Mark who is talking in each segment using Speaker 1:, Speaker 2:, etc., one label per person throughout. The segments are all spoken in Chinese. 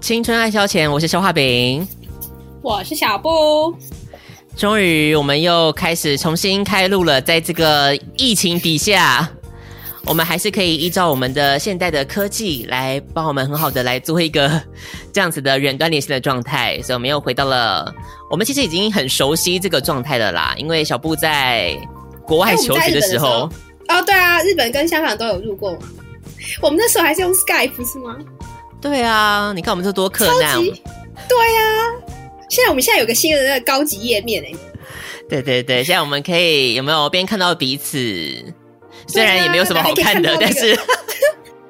Speaker 1: 青春爱消遣，我是消化饼。
Speaker 2: 我是小布，
Speaker 1: 终于，我们又开始重新开录了。在这个疫情底下，我们还是可以依照我们的现代的科技来帮我们很好的来做一个这样子的远端连线的状态。所以，我们又回到了我们其实已经很熟悉这个状态了啦。因为小布在国外求学的时候，
Speaker 2: 哦，对啊，日本跟香港都有入过嘛。我们那时候还是用 Skype 是吗？
Speaker 1: 对啊，你看我们这多克
Speaker 2: 超
Speaker 1: 难
Speaker 2: 级，，对呀、现在我们现在有个新的那个高级页面哎、
Speaker 1: 对对对，现在我们可以有没有边看到彼此？虽然也没有什么好看的，
Speaker 2: 还可以看到
Speaker 1: 但
Speaker 2: 那个
Speaker 1: 是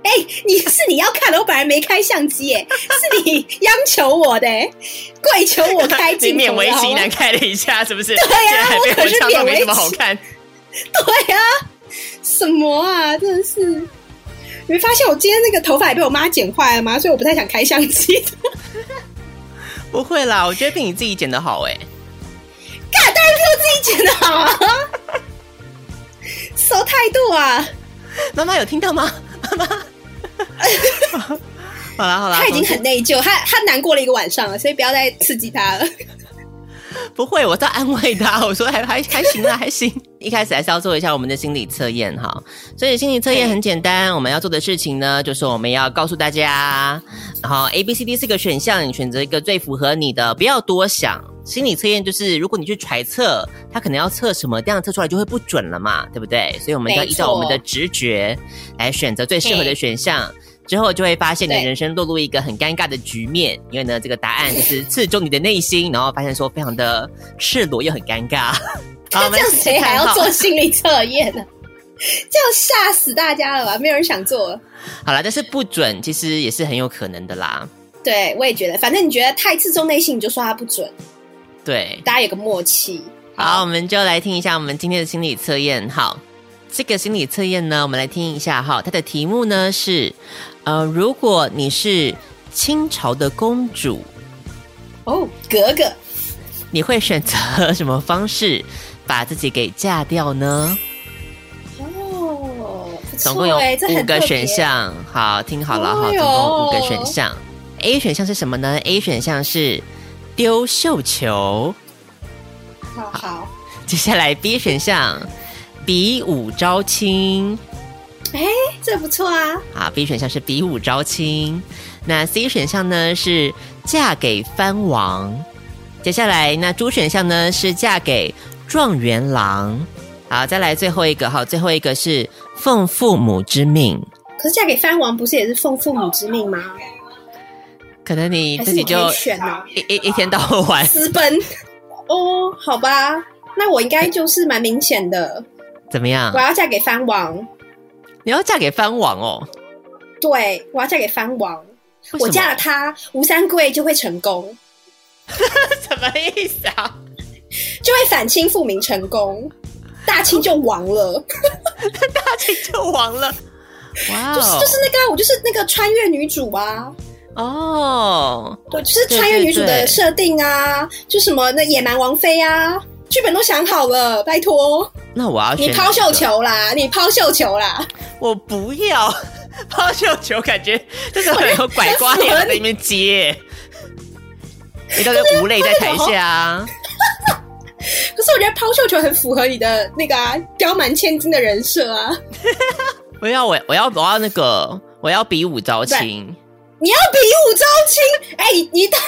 Speaker 2: 哎、你是你要看的，我本来没开相机哎、是你央求我的、哎跪求我开
Speaker 1: 你
Speaker 2: 镜
Speaker 1: 勉
Speaker 2: 头
Speaker 1: 为啊
Speaker 2: 的好
Speaker 1: 其
Speaker 2: 吗
Speaker 1: 难开了一下，是不是？对呀、还被
Speaker 2: 我可是
Speaker 1: 文昌都
Speaker 2: 勉
Speaker 1: 没
Speaker 2: 为
Speaker 1: 什么
Speaker 2: 其
Speaker 1: 好看。
Speaker 2: 对啊，什么啊，真的是！你没发现我今天那个头发也被我妈剪坏了吗？所以我不太想开相机。
Speaker 1: 不会啦，我觉得比你自己剪的好哎、
Speaker 2: 干，当然是我自己剪的好啊！ 什么态度啊？
Speaker 1: 妈妈有听到吗？妈 妈，好啦好啦，
Speaker 2: 他已经很内疚，他他难过了一个晚上了，所以不要再刺激他 了。
Speaker 1: 不会，我在安慰他， 我说还还还行啊 啦，还行。一开始还是要做一下我们的心理测验哈，所以心理测验很简单，我们要做的事情呢，就是我们要告诉大家，然后 A、B、C、D 四个选项，你选择一个最符合你的，不要多想。心理测验就是，如果你去揣测他可能要测什么，这样测出来就会不准了嘛，对不对？所以我们就要依照我们的
Speaker 2: 没
Speaker 1: 直觉来选择最适合的
Speaker 2: 嘿
Speaker 1: 选项，之后就会发现你的
Speaker 2: 对
Speaker 1: 人生落入一个很尴尬的局面，因为呢，这个答案就是刺中你的内心，然后发现说非常的赤裸又很尴尬。好，我
Speaker 2: 那
Speaker 1: 们
Speaker 2: 这样
Speaker 1: 试试
Speaker 2: 谁还
Speaker 1: 看
Speaker 2: 要
Speaker 1: 哈
Speaker 2: 做心理测验呢、这样吓死大家了吧？没有人想做了。
Speaker 1: 好啦，但是不准其实也是很有可能的啦。
Speaker 2: 对，我也觉得，反正你觉得太刺中内心，你就说他不准，
Speaker 1: 对，
Speaker 2: 大家有个默契。
Speaker 1: 好，我们就来听一下我们今天的心理测验。好，这个心理测验呢，我们来听一下哈，它的题目呢是，呃，如果你是清朝的公主，
Speaker 2: 哦，格格，
Speaker 1: 你会选择 什么方式把自己给嫁掉呢？
Speaker 2: 哦，不错
Speaker 1: 总共有
Speaker 2: 欸这很
Speaker 1: 五个
Speaker 2: 特别
Speaker 1: 选项，好，听好了哈，
Speaker 2: 哦
Speaker 1: 总
Speaker 2: 哟
Speaker 1: 共五个选项。A 选项是什么呢？A 选项是丢绣球，
Speaker 2: 好好，
Speaker 1: 接下来 B 选项比武招亲，
Speaker 2: 这不错啊。
Speaker 1: 啊，B 选项是比武招亲，那 C 选项呢是嫁给藩王，接下来那猪选项呢是嫁给状元郎，好，再来最后一个，好，最后一个是奉父母之命，
Speaker 2: 可是嫁给藩王不是也是奉父母之命吗？
Speaker 1: 可能你
Speaker 2: 还
Speaker 1: 自
Speaker 2: 是
Speaker 1: 己
Speaker 2: 你可
Speaker 1: 就
Speaker 2: 以选啊呢、
Speaker 1: 一一一天到 晚
Speaker 2: 私奔？哦，好吧，那我应该就是蛮明显的，
Speaker 1: 怎么样
Speaker 2: 我？要嫁给藩王。
Speaker 1: 你要嫁给藩王哦？
Speaker 2: 对，我要嫁给藩王。
Speaker 1: 为什
Speaker 2: 我
Speaker 1: 么
Speaker 2: 嫁了他，吴三桂就会成功，
Speaker 1: 什么 意思啊？
Speaker 2: 就会反清复明成功，大清就亡了。
Speaker 1: 大清就亡 了。哇、哦，
Speaker 2: 就是就是那个啊，我就是那个穿越女主啊，
Speaker 1: 哦，
Speaker 2: 我就是穿越女主
Speaker 1: 对对对
Speaker 2: 的设定啊，就什么那野蛮王妃啊，剧本都想好了，拜托，
Speaker 1: 那我要选
Speaker 2: 你抛绣
Speaker 1: 哪个，
Speaker 2: 球啦，你抛绣球啦，
Speaker 1: 我不要 抛绣球，感觉就是很有拐瓜脸在那边接。你到底无泪在台下啊？
Speaker 2: 可是我觉得抛绣球很符合你的那个啊，刁蛮千金的人设啊！
Speaker 1: 我要我我要我要那个我要比武招亲，
Speaker 2: 你要比武招亲，哎、你你打，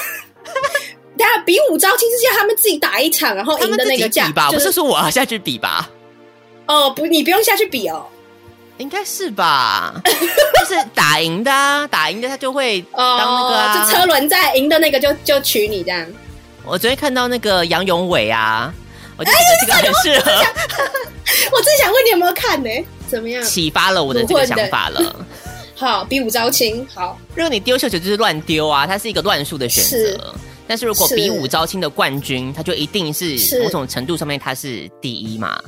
Speaker 2: 等下比武招亲是叫他们自己打一场，然后
Speaker 1: 他
Speaker 2: 赢
Speaker 1: 们
Speaker 2: 的
Speaker 1: 自
Speaker 2: 那
Speaker 1: 己
Speaker 2: 个价
Speaker 1: 比吧，
Speaker 2: 就
Speaker 1: 不是说我要下去比吧？
Speaker 2: 哦，不，你不用下去比哦。
Speaker 1: 应该是 吧？就是打赢的、啊，打赢的他就会当那个、啊
Speaker 2: 哦，就车轮战赢的那个就就娶你这样，
Speaker 1: 我昨天看到那个杨永伟啊，我就觉得这个很适
Speaker 2: 哎
Speaker 1: 合，
Speaker 2: 我真想问你有没有看呢、怎么样？
Speaker 1: 启发了我的这个想法了。
Speaker 2: 好，比武招亲，好，
Speaker 1: 如果你丢绣球就是乱丢啊，它是一个乱数的选
Speaker 2: 是
Speaker 1: 择。但是如果
Speaker 2: 是
Speaker 1: 比武招亲的冠军，他就一定是
Speaker 2: 是
Speaker 1: 某种程度上面他是第一嘛。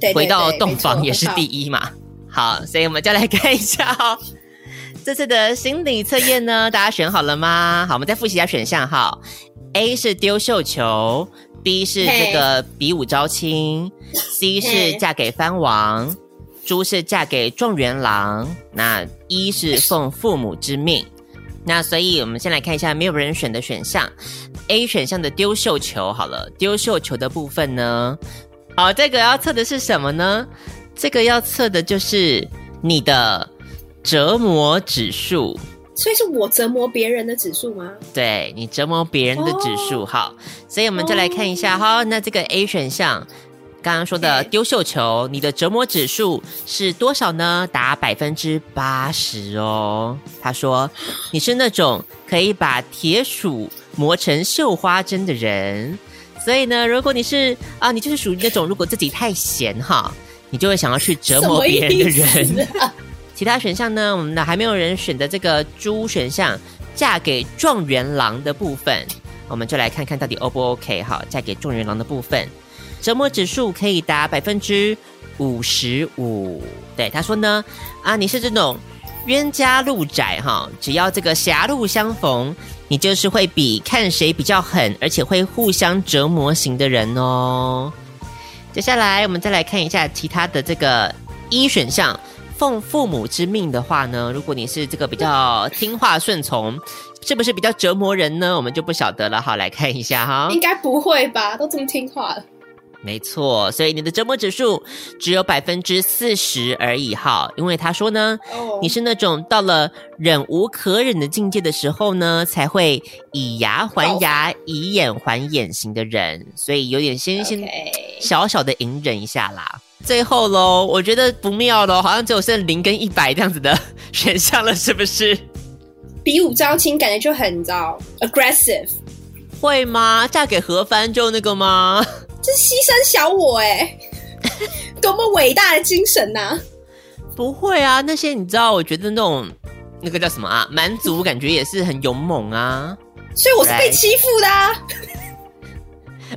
Speaker 2: 对对
Speaker 1: 回到
Speaker 2: 对
Speaker 1: 洞
Speaker 2: 没错
Speaker 1: 房也是
Speaker 2: 很好
Speaker 1: 第一嘛。好，所以我们就来看一下哦。 这次的心理测验呢，大家选好了吗？好，我们再复习一下选项哈。A 是丢绣球，B 是这个比武招亲，C 是
Speaker 2: 嘿
Speaker 1: 嫁给藩王，猪是嫁给状元郎，那一是奉父母之命。那所以我们先来看一下没有人选的选项，A 选项的丢绣球好了，丢绣球的部分呢，好，这个要测的是什么呢？这个要测的就是你的折磨指数，
Speaker 2: 所以是我折磨别人的指数吗？
Speaker 1: 对你折磨别人的指数。好，所以我们就来看一下哈、那这个 A 选项。刚刚说的
Speaker 2: 对
Speaker 1: 丢绣球，你的折磨指数是多少呢？达百分之八十哦。他说你是那种可以把铁杵磨成绣花针的人，所以呢，如果你是啊，你就是属于那种如果自己太闲哈，你就会想要去折磨别人的人。
Speaker 2: 什么意思啊
Speaker 1: 其他选项呢，我们的还没有人选的这个猪选项，嫁给状元郎的部分，我们就来看看到底 O 不 OK 哈，嫁给状元郎的部分，折磨指数可以达百分之五十五。对，他说呢，啊，你是这种冤家路窄哈，只要这个狭路相逢，你就是会比看谁比较狠，而且会互相折磨型的人哦。接下来我们再来看一下其他的这个一选项，奉父母之命的话呢，如果你是这个比较听话顺从，是不是比较折磨人呢？我们就不晓得了。好，来看一下哈。
Speaker 2: 应该不会吧？都这么听话了，
Speaker 1: 没错，所以你的折磨指数只有百分之四十而已哈，因为他说呢，
Speaker 2: 哦
Speaker 1: 你是那种到了忍无可忍的境界的时候呢，才会以牙还牙、以眼还眼型的人，所以有点先先
Speaker 2: OK
Speaker 1: 小小的隐忍一下啦。最后喽，我觉得不妙喽，好像只有剩零跟一百这样子的 选项了，是不是？
Speaker 2: 比武招亲，感觉就很你知道 aggressive，
Speaker 1: 会吗？嫁给何帆就那个吗？
Speaker 2: 这是牺牲小我哎、 多么伟大的精神啊呐、
Speaker 1: 不会啊，那些你知道，我觉得那种那个叫什么啊，蛮族感觉也是很勇猛啊。
Speaker 2: 所以我是被欺负的、啊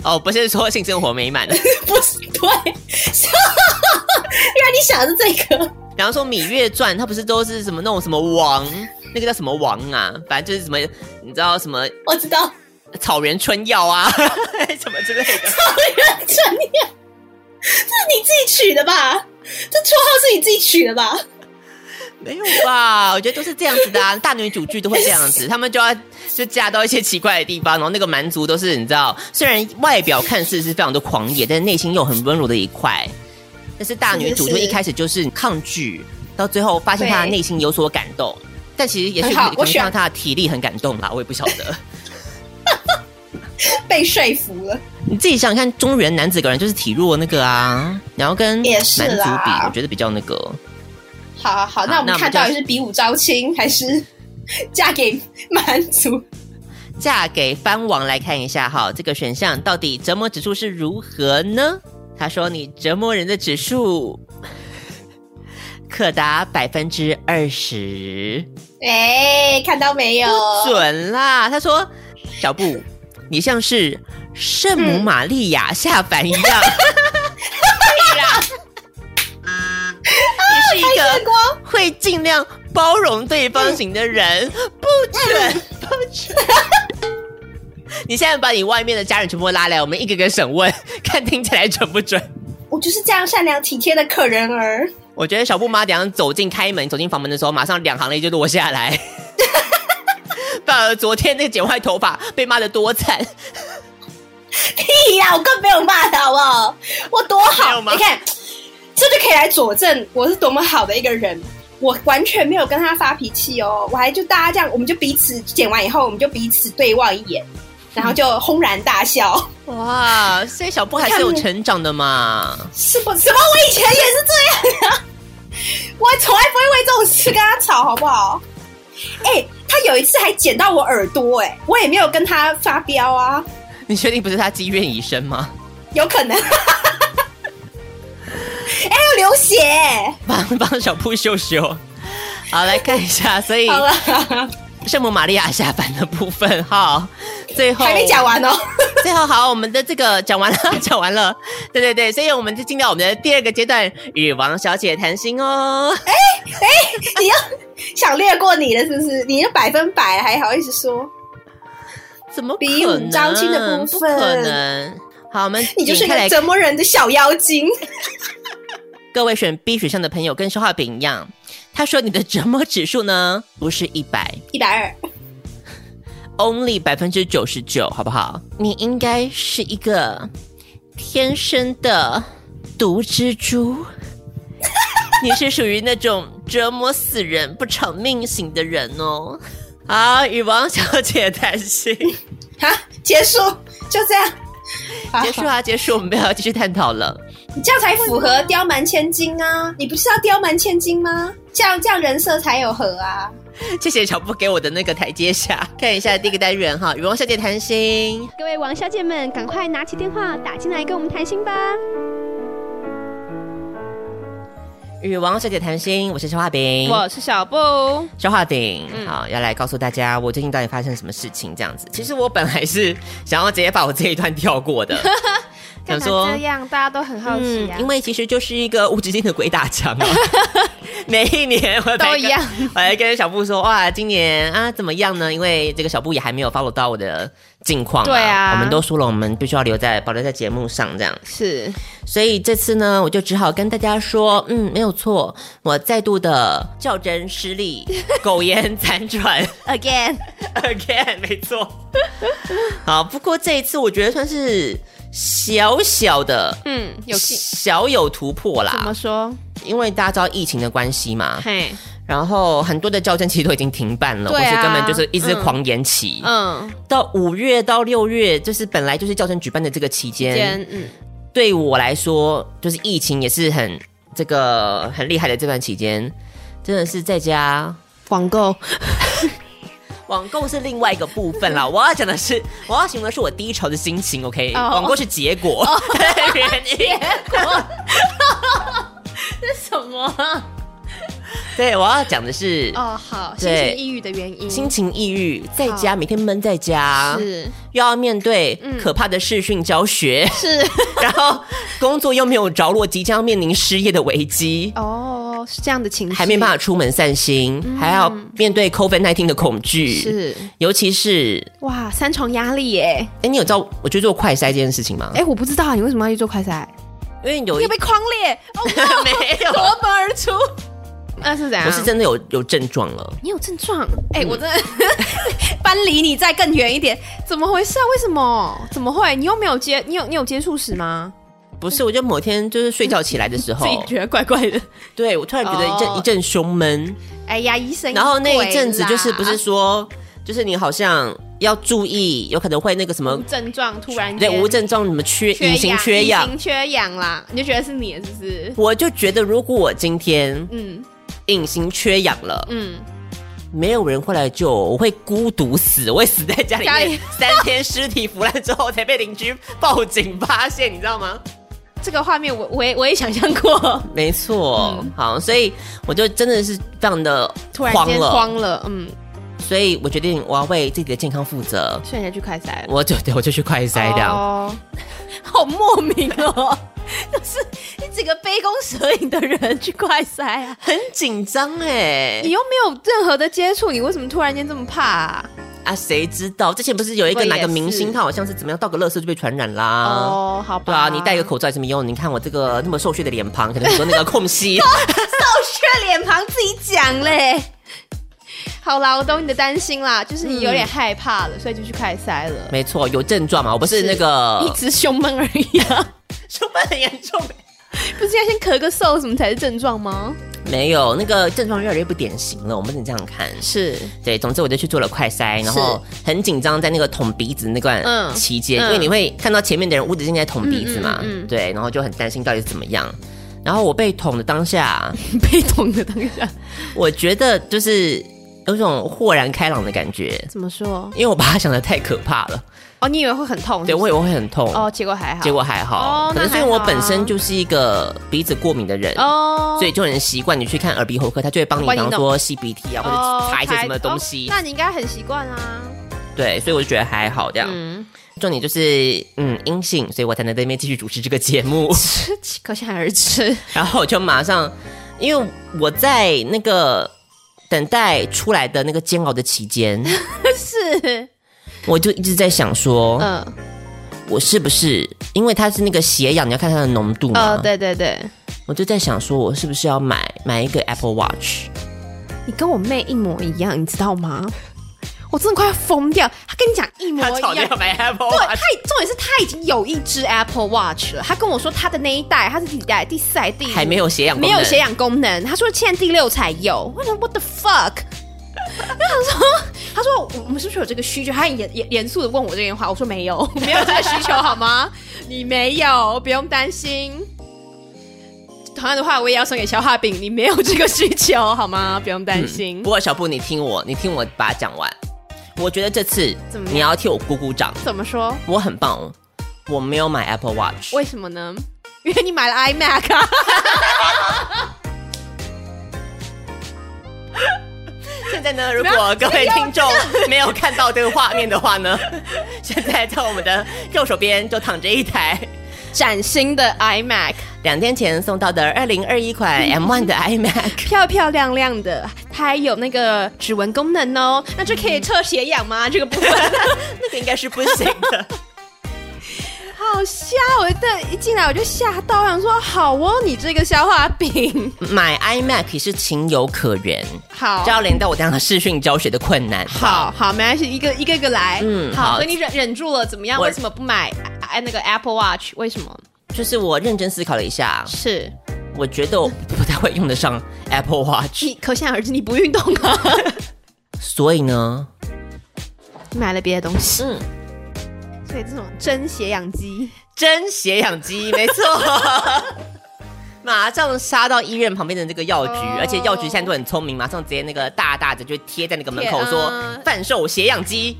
Speaker 1: 哦，不是说性生活美满，
Speaker 2: 不是对， 原来你想的是这个，
Speaker 1: 然后说《芈月传》，它不是都是什么那种什么王，那个叫什么王啊？反正就是什么，你知道什么
Speaker 2: 我知道，
Speaker 1: 草原春药啊， 什么之类的。
Speaker 2: 原来这样，这是你自己取的吧？这绰号是你自己取的吧？
Speaker 1: 没有吧？ 我觉得都是这样子的啊，大女主剧都会这样子，他们就要就嫁到一些奇怪的地方，然后那个蛮族都是你知道，虽然外表看似是非常的狂野，但是内心又很温柔的一块。但是大女主就
Speaker 2: 是
Speaker 1: 是
Speaker 2: 是
Speaker 1: 一开始就是抗拒，到最后发现她的
Speaker 2: 对
Speaker 1: 内心有所感动，但其实也许
Speaker 2: 很好
Speaker 1: 可
Speaker 2: 我
Speaker 1: 能
Speaker 2: 选
Speaker 1: 让她的体力很感动啦，我也不晓得。
Speaker 2: 被说服了，
Speaker 1: 你自己想想看，中原男子果然就是体弱那个啊，然后跟
Speaker 2: 也
Speaker 1: 蛮
Speaker 2: 是
Speaker 1: 族比，
Speaker 2: 啦
Speaker 1: 我觉得比较那个。
Speaker 2: 好好好，那我
Speaker 1: 那
Speaker 2: 们
Speaker 1: 我们
Speaker 2: 看
Speaker 1: 就
Speaker 2: 到底是比武招亲还是嫁给蛮族？
Speaker 1: 嫁给藩王来看一下哈，这个选项到底折磨指数是如何呢？他说你折磨人的指数 可达百分之二十，
Speaker 2: 哎、看到没有？
Speaker 1: 准啦。他说小布，你像是圣母玛利亚下凡一样，对啦你是一
Speaker 2: 开
Speaker 1: 个
Speaker 2: 光。
Speaker 1: 会尽量包容对方型的人，不准， 不准。你现在把你外面的家人全部拉来，我们一个个审问，看听起来准不准？
Speaker 2: 我就是这样善良体贴的可人儿。
Speaker 1: 我觉得小布妈等一下走进开门、走进房门的时候，马上两行泪就落下 来。反而昨天那个剪坏头发被骂的多惨，
Speaker 2: 屁呀，啊我更没有骂他，好不好？我多
Speaker 1: 没
Speaker 2: 好
Speaker 1: 有，吗
Speaker 2: 你看，这就可以来佐证我是多么好的一个人。我完全没有跟他发脾气哦，我还就大家这样，我们就彼此剪完以后，我们就彼此对望一眼，然后就轰然大笑。
Speaker 1: 哇！所以小布还是有成长的嘛。
Speaker 2: 是不？什么？我以前也是这样啊！我从来不会为这种事跟他吵，好不好？哎、他有一次还剪到我耳朵、哎，我也没有跟他发飙啊。
Speaker 1: 你确定不是他积怨已深吗？
Speaker 3: 有可能。 哎、有流血，
Speaker 1: 帮帮小布修修。好，来看一下，所以
Speaker 3: 好了，
Speaker 1: 圣母玛利亚下凡的部分 哈，最后
Speaker 3: 还没讲完哦。
Speaker 1: 最后好，我们的这个讲完了， 讲完了，对对对，所以我们就进到我们的第二个阶段，与王小姐谈心哦。
Speaker 3: 哎你要想略过你了，是不是？你就百分百还好意思说？
Speaker 1: 怎么可
Speaker 3: 比武
Speaker 1: 能
Speaker 3: 招亲的部
Speaker 1: 不
Speaker 3: 分
Speaker 1: 可能。好，我们
Speaker 3: 你就是一
Speaker 1: 点开
Speaker 3: 个
Speaker 1: 来，
Speaker 3: 折磨人的小妖精。
Speaker 1: 各位选 B 选项的朋友跟消化饼一样，他说你的折磨指数呢不是一百
Speaker 3: 一百二，
Speaker 1: ，only 百分之九十九，好不好？你应该是一个天生的毒蜘蛛， 你是属于那种折磨死人不偿命型的人哦。好，与王小姐谈心，
Speaker 3: 好，结束，就这样。好
Speaker 1: 结束啊，结束，我们不要继续探讨了。
Speaker 3: 你这样才符合刁蛮千金啊！你不是要刁蛮千金吗？这样这样人设才有合啊！
Speaker 1: 谢谢小布给我的那个台阶下。看一下第一个单元哈，与王小姐谈心。
Speaker 4: 各位王小姐们，赶快拿起电话打进来跟我们谈心吧。
Speaker 1: 与王小姐谈心，我是肖化饼，
Speaker 2: 我是小布，
Speaker 1: 肖化饼，
Speaker 2: 嗯
Speaker 1: 好，要来告诉大家我最近到底发生什么事情这样子。其实我本来是想要直接把我这一段跳过的，想说嗯
Speaker 2: 干嘛这样大家都很好奇啊，
Speaker 1: 因为其实就是一个无止境的鬼打墙 啊。每一年我
Speaker 2: 都一样，
Speaker 1: 我还跟小布说哇，今年啊怎么样呢？因为这个小布也还没有 follow 到我的近况、
Speaker 2: 对啊
Speaker 1: 我们都说了，我们必须要留在保留在节目上这样。
Speaker 2: 是
Speaker 1: 所以这次呢，我就只好跟大家说，嗯，没有错，我再度的较真失 利，苟延残喘
Speaker 2: again，
Speaker 1: again，没错。好，不过这一次我觉得算是小小的，
Speaker 2: 嗯，有进
Speaker 1: 小有突破
Speaker 2: 怎么
Speaker 1: 啦，
Speaker 2: 说？
Speaker 1: 因为大家知道疫情的关系嘛，
Speaker 2: 嘿，
Speaker 1: 然后很多的较真其实都已经停办了，
Speaker 2: 对
Speaker 1: 或
Speaker 2: 啊
Speaker 1: 是根本就是一直狂延期，
Speaker 2: 嗯，
Speaker 1: 到五月到六月，就是本来就是较真举办的这个期间，
Speaker 2: 今天嗯，
Speaker 1: 对我来说，就是疫情也是很这个很厉害的这段期间，真的是在家
Speaker 2: 网购
Speaker 1: 网购是另外一个部分 啦。我要讲的是，我要形容的是我低潮的心情。OK，、
Speaker 2: 哦
Speaker 1: 网购是结果， 原 因。
Speaker 2: 什么？
Speaker 1: 对，我要讲的是。
Speaker 2: 哦，好，心
Speaker 1: 对
Speaker 2: 情抑郁的原因
Speaker 1: 心情抑郁，在家每天闷在家，
Speaker 2: 是
Speaker 1: 又要面对可怕的视讯教学，
Speaker 2: 嗯是
Speaker 1: 然后工作又没有着落，即将面临失业的危机，
Speaker 2: 哦，是这样的情绪，
Speaker 1: 还没办法出门散心，还要面对 COVID 1 9的恐惧，
Speaker 2: 是
Speaker 1: 尤其是，
Speaker 2: 哇，三重压力耶！
Speaker 1: 哎、你有知道我去做快筛这件事情吗？
Speaker 2: 哎，我不知道你为什么要去做快筛，
Speaker 1: 因为有一
Speaker 2: 又被框裂，哦，
Speaker 1: 没有，
Speaker 2: 夺门 而出。那啊是怎样？
Speaker 1: 我是真的有有症状了。
Speaker 2: 你有症状？哎、我真的 搬离你再更远一点，怎么回事啊？为什么？怎么会？你又没有接，你有你有接触史吗？
Speaker 1: 不是，我就某天就是睡觉起来的时候
Speaker 2: 自，己觉得怪怪的。
Speaker 1: 对我突然觉得一阵、
Speaker 2: 哦
Speaker 1: 一阵胸闷，
Speaker 2: 哎呀，医生，
Speaker 1: 然后那一阵子就是不
Speaker 2: 鬼
Speaker 1: 是
Speaker 2: 啦
Speaker 1: 说，就是你好像要注意，有可能会那个什么
Speaker 2: 无，症状突然
Speaker 1: 对，
Speaker 2: 间
Speaker 1: 无症状什么缺
Speaker 2: 缺
Speaker 1: 隐形
Speaker 2: 氧
Speaker 1: 缺
Speaker 2: 隐
Speaker 1: 氧。
Speaker 2: 形缺氧啦，你就觉得是你了是不是？
Speaker 1: 我就觉得，如果我今天
Speaker 2: 嗯
Speaker 1: 隐形缺氧了，
Speaker 2: 嗯，
Speaker 1: 没有人会来救我，我会孤独死，我会死在家里
Speaker 2: 家
Speaker 1: 面
Speaker 2: 里
Speaker 1: 三天尸体腐烂之后才被邻居报警发现，你知道吗？
Speaker 2: 这个画面我我也我也想象过，
Speaker 1: 没错，嗯好，所以我就真的是非常的
Speaker 2: 突然
Speaker 1: 慌
Speaker 2: 间
Speaker 1: 了，
Speaker 2: 慌了，嗯，
Speaker 1: 所以我决定我要为自己的健康负责，
Speaker 2: 所以你就去快筛了，
Speaker 1: 我就对我就去快筛这样。
Speaker 2: 哦， 好莫名哦， 就是你整个杯弓蛇影的人去快筛啊。
Speaker 1: 很紧张哎
Speaker 2: 你，又没有任何的接触，你为什么突然间这么怕、啊？
Speaker 1: 啊，谁知道之前不是有一个
Speaker 2: 我也
Speaker 1: 哪个明星，
Speaker 2: 是
Speaker 1: 他好像是怎么样，到个垃圾就被传染啦。
Speaker 2: 哦，好吧，
Speaker 1: 对啊，你戴个口罩有什么用？你看我这个那么瘦削的脸庞，可能很多那个空 隙。
Speaker 2: 缺脸庞自己讲 嘞。好啦，我懂你的担心啦，就是你有点害怕了，所以就去快筛了。
Speaker 1: 没错，有症状嘛，我不是那个
Speaker 2: 一直胸闷而已啊，
Speaker 1: 胸闷很严重。
Speaker 2: 不是要先咳个嗽什么才是症状吗？
Speaker 1: 没有，那个症状越来越不典型了，我们只能这样看。
Speaker 2: 是，
Speaker 1: 对，总之我就去做了快筛，然后很紧张，在那个捅鼻子那段
Speaker 2: 嗯
Speaker 1: 期间，
Speaker 2: 嗯
Speaker 1: 因为你会看到前面的人无止境在捅鼻子嘛，
Speaker 2: 嗯嗯嗯
Speaker 1: 对，然后就很担心到底是怎么样。 然后我被捅的当下，
Speaker 2: 被捅的当下，
Speaker 1: 我觉得就是有种豁然开朗的感觉，
Speaker 2: 怎么说？
Speaker 1: 因为我把它想的太可怕了，
Speaker 2: 哦，你以为会很痛？
Speaker 1: 对我以为会很痛，
Speaker 2: 哦，结果还好。
Speaker 1: 结果还好，
Speaker 2: 哦
Speaker 1: 可能是
Speaker 2: 那还
Speaker 1: 因为我
Speaker 2: 好啊
Speaker 1: 本身就是一个鼻子过敏的人，
Speaker 2: 哦，
Speaker 1: 所以就很习惯你去看耳鼻喉科，他就会帮你，
Speaker 2: 帮
Speaker 1: 比
Speaker 2: 你
Speaker 1: 方
Speaker 2: 弄
Speaker 1: 说吸鼻涕啊，或
Speaker 2: 哦
Speaker 1: 者擦一些
Speaker 2: 才
Speaker 1: 什么东西
Speaker 2: 哦，那你应该很习惯啊。
Speaker 1: 对，所以我就觉得还好这样。
Speaker 2: 嗯，
Speaker 1: 重点就是嗯阴性，所以我才能在那边继续主持这个节 目。
Speaker 2: 可想而知。
Speaker 1: 然后我就马上，因为我在那个等待出来的那个煎熬的期 间，
Speaker 2: 是，
Speaker 1: 我就一直在想说，
Speaker 2: 嗯，
Speaker 1: 我是不是因为它是那个血氧，你要看它的浓度嘛？
Speaker 2: 呃，。对对对，
Speaker 1: 我就在想说，我是不是要买买一个 Apple Watch？
Speaker 2: 你跟我妹一模一样，你知道吗？我真的快要疯掉，她跟你讲一模一样。
Speaker 1: 买 Apple
Speaker 2: 对，她重点是她已经有一只 Apple Watch 了。她跟我说她的那一代，她是第几代？第四代、第五
Speaker 1: 还没有血氧功
Speaker 2: 没
Speaker 1: 能，
Speaker 2: 有血氧功能。她说现在第六才有。我想 What the fuck？我想说，她说我们是不是有这个需求？她很严严严肃的问我这个话，我说没 有，没有这个需求好吗？你没有，不用担心。同样的话，我也要送给消化饼，你没有这个需求好吗？不用担心。
Speaker 1: 嗯不过小布，你听我，你听我把它讲完。我觉得这次
Speaker 2: 怎么样
Speaker 1: 你要替我鼓鼓掌，
Speaker 2: 怎么说？
Speaker 1: 我很棒哦。我没有买 Apple Watch，
Speaker 2: 为什么呢？因为你买了 iMac 啊。
Speaker 1: 现在呢，如果各位听众 没有看到这个画面的话 呢，现在在我们的右手边就躺着一台
Speaker 2: 崭新的 iMac，
Speaker 1: 两天前送到的二零二一款 M One 的 iMac。
Speaker 2: 漂漂亮亮的，它还有那个指纹功能哦。那这可以测血氧吗？这个部分
Speaker 1: 那个应该是不行的，
Speaker 2: 好瞎！我这一进来我就吓到，我想说好哦，你这个消化 饼
Speaker 1: 买 iMac 也是情有可原，
Speaker 2: 好
Speaker 1: 这。要连到我当视讯教学的困难。
Speaker 2: 好好，没关系，一个一个一个来。
Speaker 1: 嗯好
Speaker 2: 好，所以你忍忍住了，怎么样？
Speaker 1: 我
Speaker 2: 为什么不买哎哎那个 Apple Watch？为什么？
Speaker 1: 就是我认真思考了一下，
Speaker 2: 是
Speaker 1: 我觉得 我不太会用得上 Apple Watch，
Speaker 2: 你可想而知，你不运动啊，
Speaker 1: 所以呢，
Speaker 2: 你 买了别的东西，
Speaker 1: 嗯，
Speaker 2: 所以这种真血氧机。
Speaker 1: 真血氧机，没错。 马上杀到医院旁边的那个药局
Speaker 2: 哦
Speaker 1: 而且药局现在都很聪明，马上直接那个大大的就贴在那个门口
Speaker 2: 贴
Speaker 1: 说
Speaker 2: 嗯
Speaker 1: 贩售血氧机，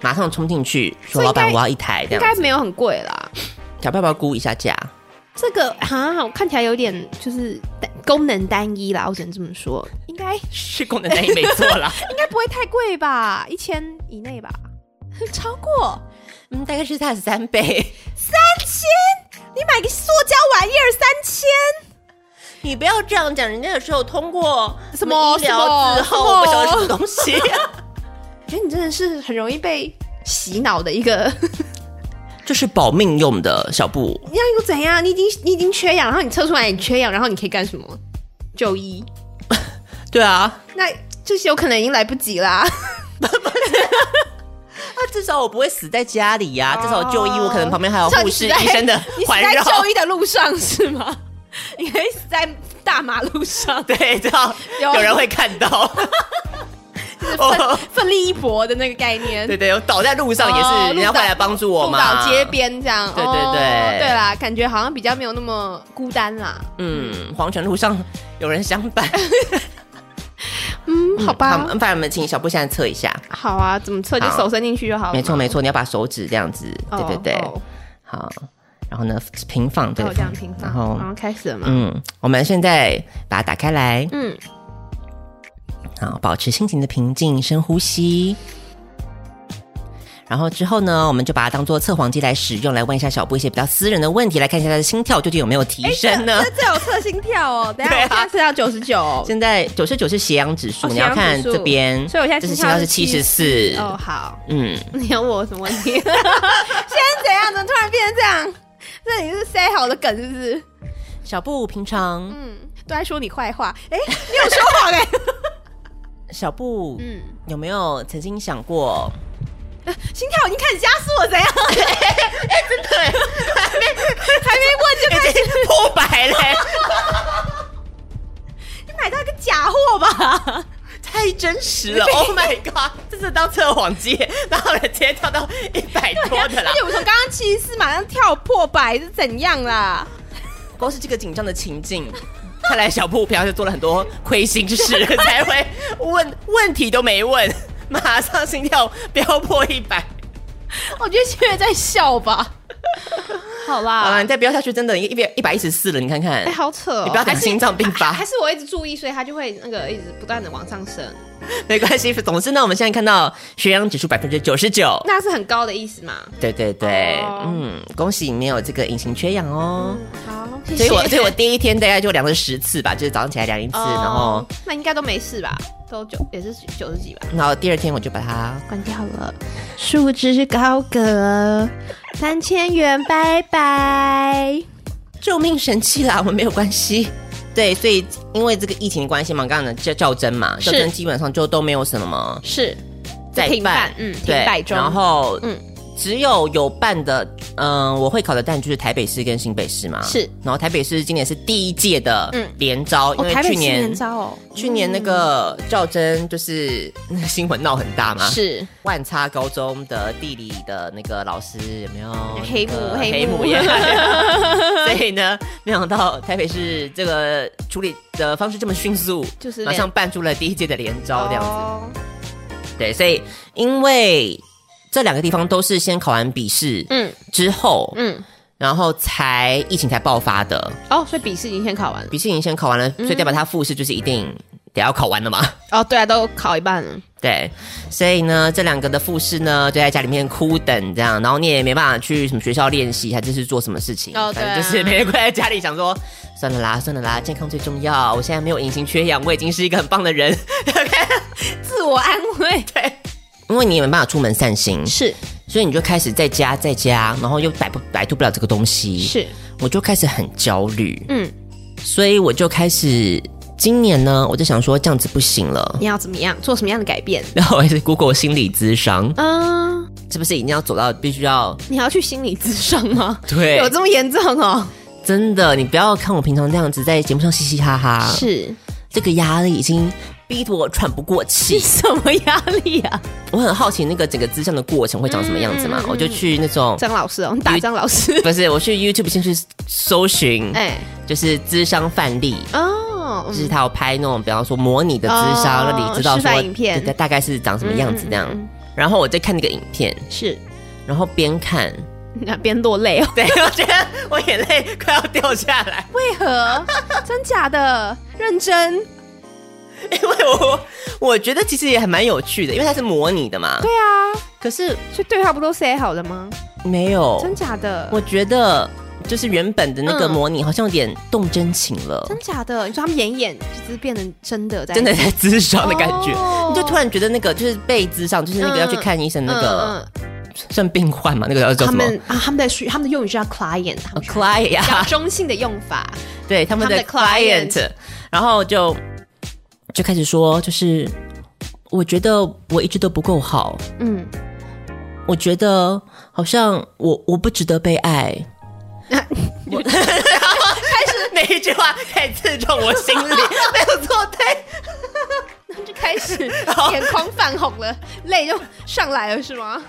Speaker 1: 马上冲进去说
Speaker 2: 这应该
Speaker 1: 老板我要一台这样
Speaker 2: 应该
Speaker 1: 子，
Speaker 2: 没有很贵啦。
Speaker 1: 小爸爸估一下 价，
Speaker 2: 这个哈，我看起来有点就是单功能单一啦，我只能这么说，应该应
Speaker 1: 是功能单一没错啦，
Speaker 2: 该不会太贵吧，一千以内吧， 超过
Speaker 1: 嗯，大概是它的三倍。
Speaker 2: 三千，你买个塑胶玩意儿三千，
Speaker 1: 你不要这样讲，人家有时候通过
Speaker 2: 什么
Speaker 1: 医疗之后，不
Speaker 2: 什
Speaker 1: 晓
Speaker 2: 么
Speaker 1: 得什么东西、
Speaker 2: 我哎觉得你真的是很容易被洗脑的一个，
Speaker 1: 这是保命用的小布，
Speaker 2: 你要又怎样？你已经你已经缺氧，然后你测出来你缺氧，然后你可以干什么？就医，
Speaker 1: 对啊，
Speaker 2: 那这些有可能已经来不及啦。
Speaker 1: 那至少我不会死在家里呀、至少我就医，我可能旁边还有
Speaker 2: 至少
Speaker 1: 护
Speaker 2: 你
Speaker 1: 士、
Speaker 2: 死在
Speaker 1: 医生的
Speaker 2: 哦你死
Speaker 1: 环
Speaker 2: 在
Speaker 1: 绕。
Speaker 2: 就医的路上是吗？ 你可以死在大马路上，
Speaker 1: 对，这样
Speaker 2: 有
Speaker 1: 有人会看 到。
Speaker 2: 就是
Speaker 1: 哦
Speaker 2: 奋奋力一搏的那个概念。
Speaker 1: 对对，我倒在路上也
Speaker 2: 哦
Speaker 1: 是，人家
Speaker 2: 路倒
Speaker 1: 会来帮助我
Speaker 2: 步
Speaker 1: 嘛。
Speaker 2: 到街，边这样，
Speaker 1: 对对
Speaker 2: 哦
Speaker 1: 对
Speaker 2: 对啦，感觉好像比较没有那么孤单啦。
Speaker 1: 嗯，黄泉路上有人相 伴。
Speaker 2: 嗯，好吧，
Speaker 1: 不然我们请小布现在测一下。
Speaker 2: 好啊，怎么测就
Speaker 1: 好
Speaker 2: 手伸进去就好了嘛。
Speaker 1: 没错没错，你要把手指这样子，
Speaker 2: 哦，
Speaker 1: 对对对，
Speaker 2: 哦
Speaker 1: 好。然后呢，平放对
Speaker 2: 哦，这样平放，
Speaker 1: 然后
Speaker 2: 然后开始了嘛。
Speaker 1: 嗯，我们现在把它打开来，
Speaker 2: 嗯，
Speaker 1: 好，保持心情的平静，深呼吸。然后之后呢，我们就把它当做测谎机来使用，来问一下小布一些比较私人的问题，来看一下他的心跳究竟有没有提升呢
Speaker 2: 这？这有测心跳哦，等一下
Speaker 1: 对啊
Speaker 2: 我现在测到九十九，
Speaker 1: 现在九十九是血氧指数，
Speaker 2: 哦
Speaker 1: 你要看这边，
Speaker 2: 血氧指数所以我现在
Speaker 1: 这是
Speaker 2: 心
Speaker 1: 心
Speaker 2: 跳
Speaker 1: 跳是
Speaker 2: 是
Speaker 1: 七十四。
Speaker 2: 哦好，
Speaker 1: 嗯，
Speaker 2: 你要问我什么问 题？现在怎样？怎么突然变成这样？ 这里是塞好的梗是不是？
Speaker 1: 小布平常，
Speaker 2: 嗯，都在说你坏话。 哎，你有说谎哎。
Speaker 1: 小布
Speaker 2: 嗯，
Speaker 1: 有没有曾经想过，
Speaker 2: 心跳已经开始加速了，怎样？ 哎、真的，哎还没还没问 就开始
Speaker 1: 破百嘞？
Speaker 2: 买到一个假货吧？
Speaker 1: 太真实 了！Oh my god，这是当测谎机，然后直接跳到一百多的啦
Speaker 2: 而。且我从刚刚七十四马上跳破百是怎样啦？
Speaker 1: 光是这个紧张的情境，看来小布平常是做了很多亏心之 事，才会问问题都没问，马上心跳飙破一百。
Speaker 2: 我觉得现在在笑吧。好
Speaker 1: 好
Speaker 2: 啦
Speaker 1: 了，，你再飙下去，真的一一百一百一十四了，你看看
Speaker 2: 哎、。啊好扯、哦！
Speaker 1: 你不要讲
Speaker 2: 还是
Speaker 1: 心脏病发
Speaker 2: 还是我一直注意，所以它就会那个一直不断的往上升，
Speaker 1: 没关系，总之呢，我们现在看到血氧指数百分之九十九，
Speaker 2: 那是很高的意思嘛？
Speaker 1: 对对对，
Speaker 2: 哦
Speaker 1: 嗯，恭喜你没有这个隐形缺氧哦。
Speaker 2: 好，
Speaker 1: 所以我所以我
Speaker 2: 次，
Speaker 1: 第一天大概就量了十次吧，就是早上起来量一次，然后
Speaker 2: 哦那应该都没事吧？都九也是九十几吧？
Speaker 1: 然后第二天我就把它
Speaker 2: 关掉了，束之高阁，三千元，拜拜。
Speaker 1: 救命神器啦，我们没有关系。 对，所以因为这个疫情关系嘛，刚刚呢叫较真嘛，
Speaker 2: 是
Speaker 1: 较真基本上就都没有什么
Speaker 2: 是
Speaker 1: 在
Speaker 2: 停
Speaker 1: 办
Speaker 2: 办，，嗯，停
Speaker 1: 对
Speaker 2: 摆，中，
Speaker 1: 然后
Speaker 2: 嗯
Speaker 1: 嗯。只有有办的，嗯、我会考的但就是台北市跟新北市嘛。
Speaker 2: 是，
Speaker 1: 然后台北市今年是第一届的
Speaker 2: 嗯
Speaker 1: 连招，因
Speaker 2: 哦，
Speaker 1: 为
Speaker 2: 台北
Speaker 1: 去
Speaker 2: 市
Speaker 1: 年
Speaker 2: 年招嗯哦，
Speaker 1: 去年那个较真就是 那个新闻闹很大嘛，
Speaker 2: 是
Speaker 1: 万差高中的地理的那个老师有没有
Speaker 2: 黑幕
Speaker 1: 那个
Speaker 2: 黑
Speaker 1: 黑
Speaker 2: 幕
Speaker 1: 幕也所以呢，没想到台北市这个处理的方式这么迅速，
Speaker 2: 就是
Speaker 1: 马
Speaker 2: 连
Speaker 1: 上办出了第一届的连招这样子。
Speaker 2: 哦
Speaker 1: 对，所以因为这两个地方都是先考完笔试，
Speaker 2: 嗯
Speaker 1: 之后，
Speaker 2: 嗯，
Speaker 1: 然后才疫情才爆发的。
Speaker 2: 哦，所以笔试已经先考完了
Speaker 1: 笔试已经先考完了，
Speaker 2: 嗯
Speaker 1: 所以代表他复试就是一定得要考完了嘛。
Speaker 2: 哦，对啊，都考一半了，
Speaker 1: 对，所以呢，这两个的复试呢，就在家里面哭等这样，然后你也没办法去什么学校练习，还是是做什么事情，
Speaker 2: 哦
Speaker 1: 反正
Speaker 2: 对啊
Speaker 1: 就是每天关在家里想说，算了啦，算了啦，健康最重要，我现在没有隐形缺氧，我已经是一个很棒的人，
Speaker 2: 自我安慰， 对，
Speaker 1: 因为你也没办法出门散心，
Speaker 2: 是
Speaker 1: 所以你就开始在家在家，然后又摆不摆脱不了这个东西，，
Speaker 2: 是，
Speaker 1: 我就开始很焦虑，
Speaker 2: 嗯，
Speaker 1: 所以我就开始今年呢，我就想说这样子不行了。
Speaker 2: 你要怎么样，做什么样的改变？
Speaker 1: 然后我还是 Google 心理咨商，
Speaker 2: 嗯，
Speaker 1: 是不是已经要走到必须要
Speaker 2: 你要去心理咨商吗？
Speaker 1: 对
Speaker 2: 有这么严重哦？
Speaker 1: 真的，你不要看我平常这样子在节目上嘻嘻哈
Speaker 2: 啊
Speaker 1: 哈，
Speaker 2: 是
Speaker 1: 这个压力已经逼得我喘不过气。
Speaker 2: 什么压力啊？
Speaker 1: 我很好奇那个整个咨商的过程会长什么样子嘛？
Speaker 2: 嗯嗯嗯
Speaker 1: 我就去那种
Speaker 2: 张老师哦，你打张老师，
Speaker 1: 不是，我去 YouTube 先去搜寻，
Speaker 2: 哎，
Speaker 1: 就是咨商范例。
Speaker 2: 哦，
Speaker 1: 就是
Speaker 2: 嗯
Speaker 1: 他有拍那种，比方说模拟的咨商，
Speaker 2: 哦
Speaker 1: 让你知道
Speaker 2: 示
Speaker 1: 说
Speaker 2: 范影片
Speaker 1: 对大概是长什么样子这样。
Speaker 2: 嗯嗯嗯
Speaker 1: 然后我在看那个影片，
Speaker 2: 是
Speaker 1: 然后边看，
Speaker 2: 哪边落泪哦？
Speaker 1: 对 我觉得我眼泪快要掉下来，
Speaker 2: 为 何？真假的？认真？
Speaker 1: 因为我我觉得其实也还蛮有趣的，因为它是模拟的嘛。
Speaker 2: 对啊，
Speaker 1: 可是
Speaker 2: 所以对话不都 say 好了吗？
Speaker 1: 没有，
Speaker 2: 真假的？
Speaker 1: 我觉得就是原本的那个
Speaker 2: 嗯
Speaker 1: 模拟好像有点动真情了，
Speaker 2: 真假的？你说他们演一演，就只是变成真的在
Speaker 1: 真的在咨商的感觉。
Speaker 2: 哦
Speaker 1: 你就突然觉得那个就是被咨商，就是那个
Speaker 2: 嗯
Speaker 1: 要去看医生那个、
Speaker 2: 嗯嗯
Speaker 1: 算病患嘛，那个叫
Speaker 2: 他
Speaker 1: 什么
Speaker 2: 们啊，他们的术语，他们的用语就叫 client，他
Speaker 1: 呃
Speaker 2: 们
Speaker 1: ？client
Speaker 2: 比较
Speaker 1: 呀，
Speaker 2: 中性的用法。
Speaker 1: 对他们的
Speaker 2: 他们的
Speaker 1: client，然后就就开始说，就是我觉得我一直都不够好，
Speaker 2: 嗯，
Speaker 1: 我觉得好像我我不值得被 爱。我开始每一句话太刺中我心 里，没有错，对。
Speaker 2: 就开始
Speaker 1: 好
Speaker 2: 眼眶泛红了，泪就上来了，是吗？